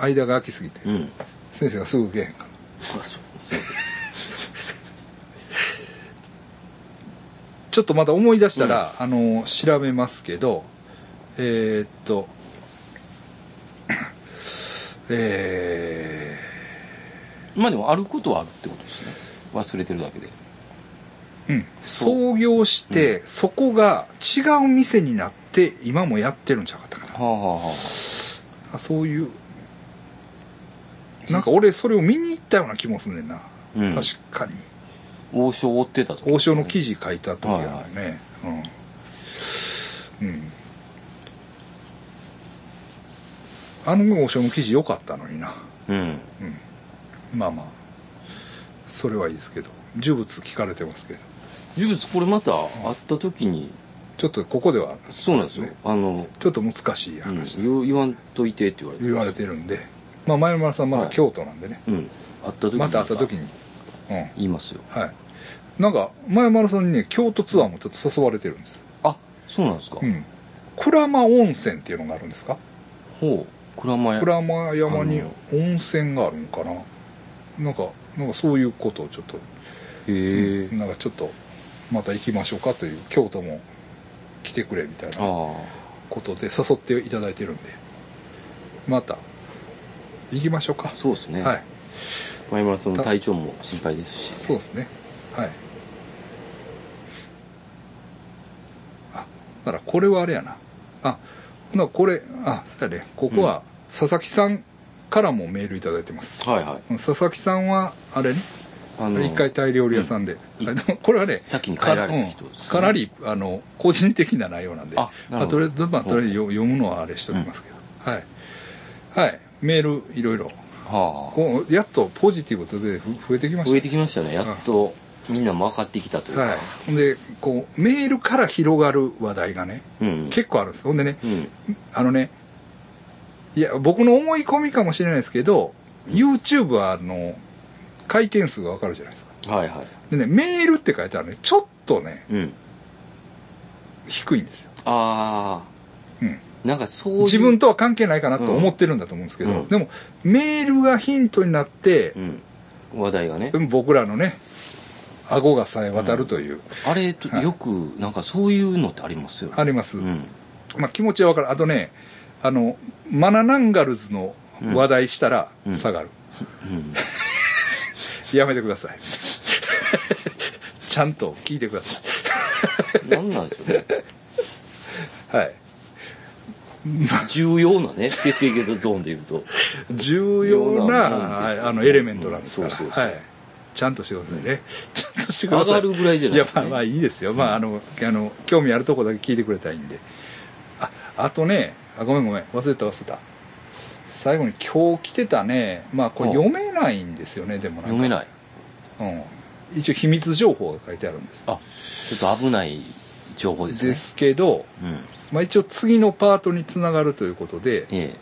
[SPEAKER 1] 間が空きすぎて、
[SPEAKER 2] うん
[SPEAKER 1] 先生がすぐ受けへんから。
[SPEAKER 2] あそうすいません
[SPEAKER 1] ちょっとまた思い出したら、あの、調べますけど、えーっと、え
[SPEAKER 2] まあでもあることはあるってことですね忘れてるだけで
[SPEAKER 1] ーうん、創業して、そこが違う店になって、今もやってるんちゃうかったかな
[SPEAKER 2] は。あはあはあ
[SPEAKER 1] あそういうなんか俺それを見に行ったような気もすんねんな、
[SPEAKER 2] うん
[SPEAKER 1] 確かに
[SPEAKER 2] 王将を追ってたと
[SPEAKER 1] 王将の記事書いた時やよね、うん、うん、あの王将の記事良かったのにな
[SPEAKER 2] うん
[SPEAKER 1] まあまあそれはいいですけど呪物聞かれてますけど
[SPEAKER 2] 呪物これまた会った時に
[SPEAKER 1] ちょっとここでは
[SPEAKER 2] そうなんですよあの、
[SPEAKER 1] ちょっと難しい
[SPEAKER 2] うん
[SPEAKER 1] 話、
[SPEAKER 2] 言言わんといてって言われて
[SPEAKER 1] 言われてるんでまあ前村さんまた京都なんでね、
[SPEAKER 2] うん会った時に
[SPEAKER 1] また会った時にうん
[SPEAKER 2] 言いますよ
[SPEAKER 1] はい。なんか、前丸さんにね、京都ツアーもちょっと誘われてるんです。
[SPEAKER 2] あそうなんですか、
[SPEAKER 1] うん。鞍馬温泉っていうのがあるんですか
[SPEAKER 2] ほう蔵前
[SPEAKER 1] 鞍馬山に
[SPEAKER 2] あの
[SPEAKER 1] 温泉があるのかななんか、なんかそういうことをちょっと、
[SPEAKER 2] へえ、
[SPEAKER 1] なんかちょっと、また行きましょうかという、京都も来てくれみたいな
[SPEAKER 2] あ
[SPEAKER 1] ことで誘っていただいてるんで、また、行きましょうか
[SPEAKER 2] あ。そうですね、
[SPEAKER 1] はい。
[SPEAKER 2] 前村さんの体調も心配ですし
[SPEAKER 1] そうですね。はい。あ、だからこれはあれやな。あ、ほなこれ、あ、そうやね。ここは佐々木さんからもメールいただいてます。
[SPEAKER 2] はいはい
[SPEAKER 1] 佐々木さんは、あれね。
[SPEAKER 2] あ
[SPEAKER 1] 一回タイ料理屋さんで。あでもこれはね、
[SPEAKER 2] 先に帰られた人ですね
[SPEAKER 1] かうんかなり、あの、個人的な内容なんで。
[SPEAKER 2] あなる
[SPEAKER 1] ま
[SPEAKER 2] ほど
[SPEAKER 1] とりあえず、まあ、とりあえず読読むのはあれしておきますけど。はい。はい。メールいろいろ。
[SPEAKER 2] はあ
[SPEAKER 1] こうやっとポジティブとで増えてきましたね
[SPEAKER 2] 増えてきましたねやっとみんなも分かってきたというか、
[SPEAKER 1] はい、ほんでこうメールから広がる話題がね、
[SPEAKER 2] うん
[SPEAKER 1] 結構あるんですほんでね
[SPEAKER 2] うん
[SPEAKER 1] あのねいや僕の思い込みかもしれないですけど YouTube はあの回転数がわかるじゃないですか
[SPEAKER 2] はいはい
[SPEAKER 1] でねメールって書いたらねちょっとね
[SPEAKER 2] うん
[SPEAKER 1] 低いんですよ、
[SPEAKER 2] ああ
[SPEAKER 1] うん、
[SPEAKER 2] なんかそういう
[SPEAKER 1] 自分とは関係ないかなと思ってるんだと思うんですけど、
[SPEAKER 2] うん
[SPEAKER 1] でもメールがヒントになって
[SPEAKER 2] う、ん、話題がね、
[SPEAKER 1] 僕らのね顎がさえ渡るという、
[SPEAKER 2] あれと
[SPEAKER 1] はい
[SPEAKER 2] よくなんかそういうのってありますよね
[SPEAKER 1] あります、
[SPEAKER 2] うん
[SPEAKER 1] まあ、気持ちは分かるあとねあのマナナンガルズの話題したら
[SPEAKER 2] うん
[SPEAKER 1] 下がる、
[SPEAKER 2] うん
[SPEAKER 1] やめてください ちゃんと聞いてくださ
[SPEAKER 2] なんなんでしょうね
[SPEAKER 1] いはい
[SPEAKER 2] 重要なね血液型ゾーンで言うと
[SPEAKER 1] 重要な
[SPEAKER 2] 重要なもんですよ
[SPEAKER 1] はいあのエレメントなんですから、
[SPEAKER 2] うんそうそうそう
[SPEAKER 1] はい、ちゃんとしてくださいね、ちゃんとしてください
[SPEAKER 2] 上がるぐらいじゃない
[SPEAKER 1] や
[SPEAKER 2] です
[SPEAKER 1] ま
[SPEAKER 2] ね
[SPEAKER 1] あまあいいですよ、まああのあの興味あるとこだけ聞いてくれたらいいんでああとねあごめんごめん忘れた忘れた最後に今日来てたねまあこれ
[SPEAKER 2] うん
[SPEAKER 1] 読めないんですよねでもなんか
[SPEAKER 2] 読めない
[SPEAKER 1] うん、一応秘密情報が書いてあるんです
[SPEAKER 2] あちょっと危ない情報で
[SPEAKER 1] です
[SPEAKER 2] ね
[SPEAKER 1] けど、
[SPEAKER 2] うん
[SPEAKER 1] まあ、一応次のパートにつながるということで
[SPEAKER 2] ええ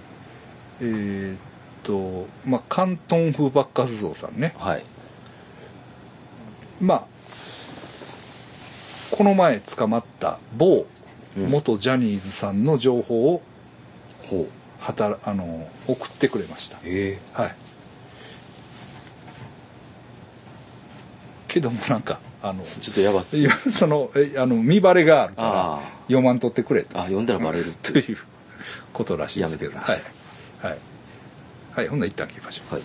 [SPEAKER 1] えーっとまあ広東風爆活動さんね
[SPEAKER 2] はい
[SPEAKER 1] まあこの前捕まった某
[SPEAKER 2] うん
[SPEAKER 1] 元ジャニーズさんの情報を
[SPEAKER 2] ほう
[SPEAKER 1] 働あの送ってくれました
[SPEAKER 2] ええ
[SPEAKER 1] はいけどもなんかあ の
[SPEAKER 2] ちょっとやばっす
[SPEAKER 1] いやそのえあの見バレがある
[SPEAKER 2] ああ
[SPEAKER 1] から読まんとってくれと
[SPEAKER 2] あ読んだらバレ るって
[SPEAKER 1] ということらしいですけど
[SPEAKER 2] や
[SPEAKER 1] は
[SPEAKER 2] め
[SPEAKER 1] い
[SPEAKER 2] ときま
[SPEAKER 1] はい、はい、ほんなら一旦切りましょう
[SPEAKER 2] はい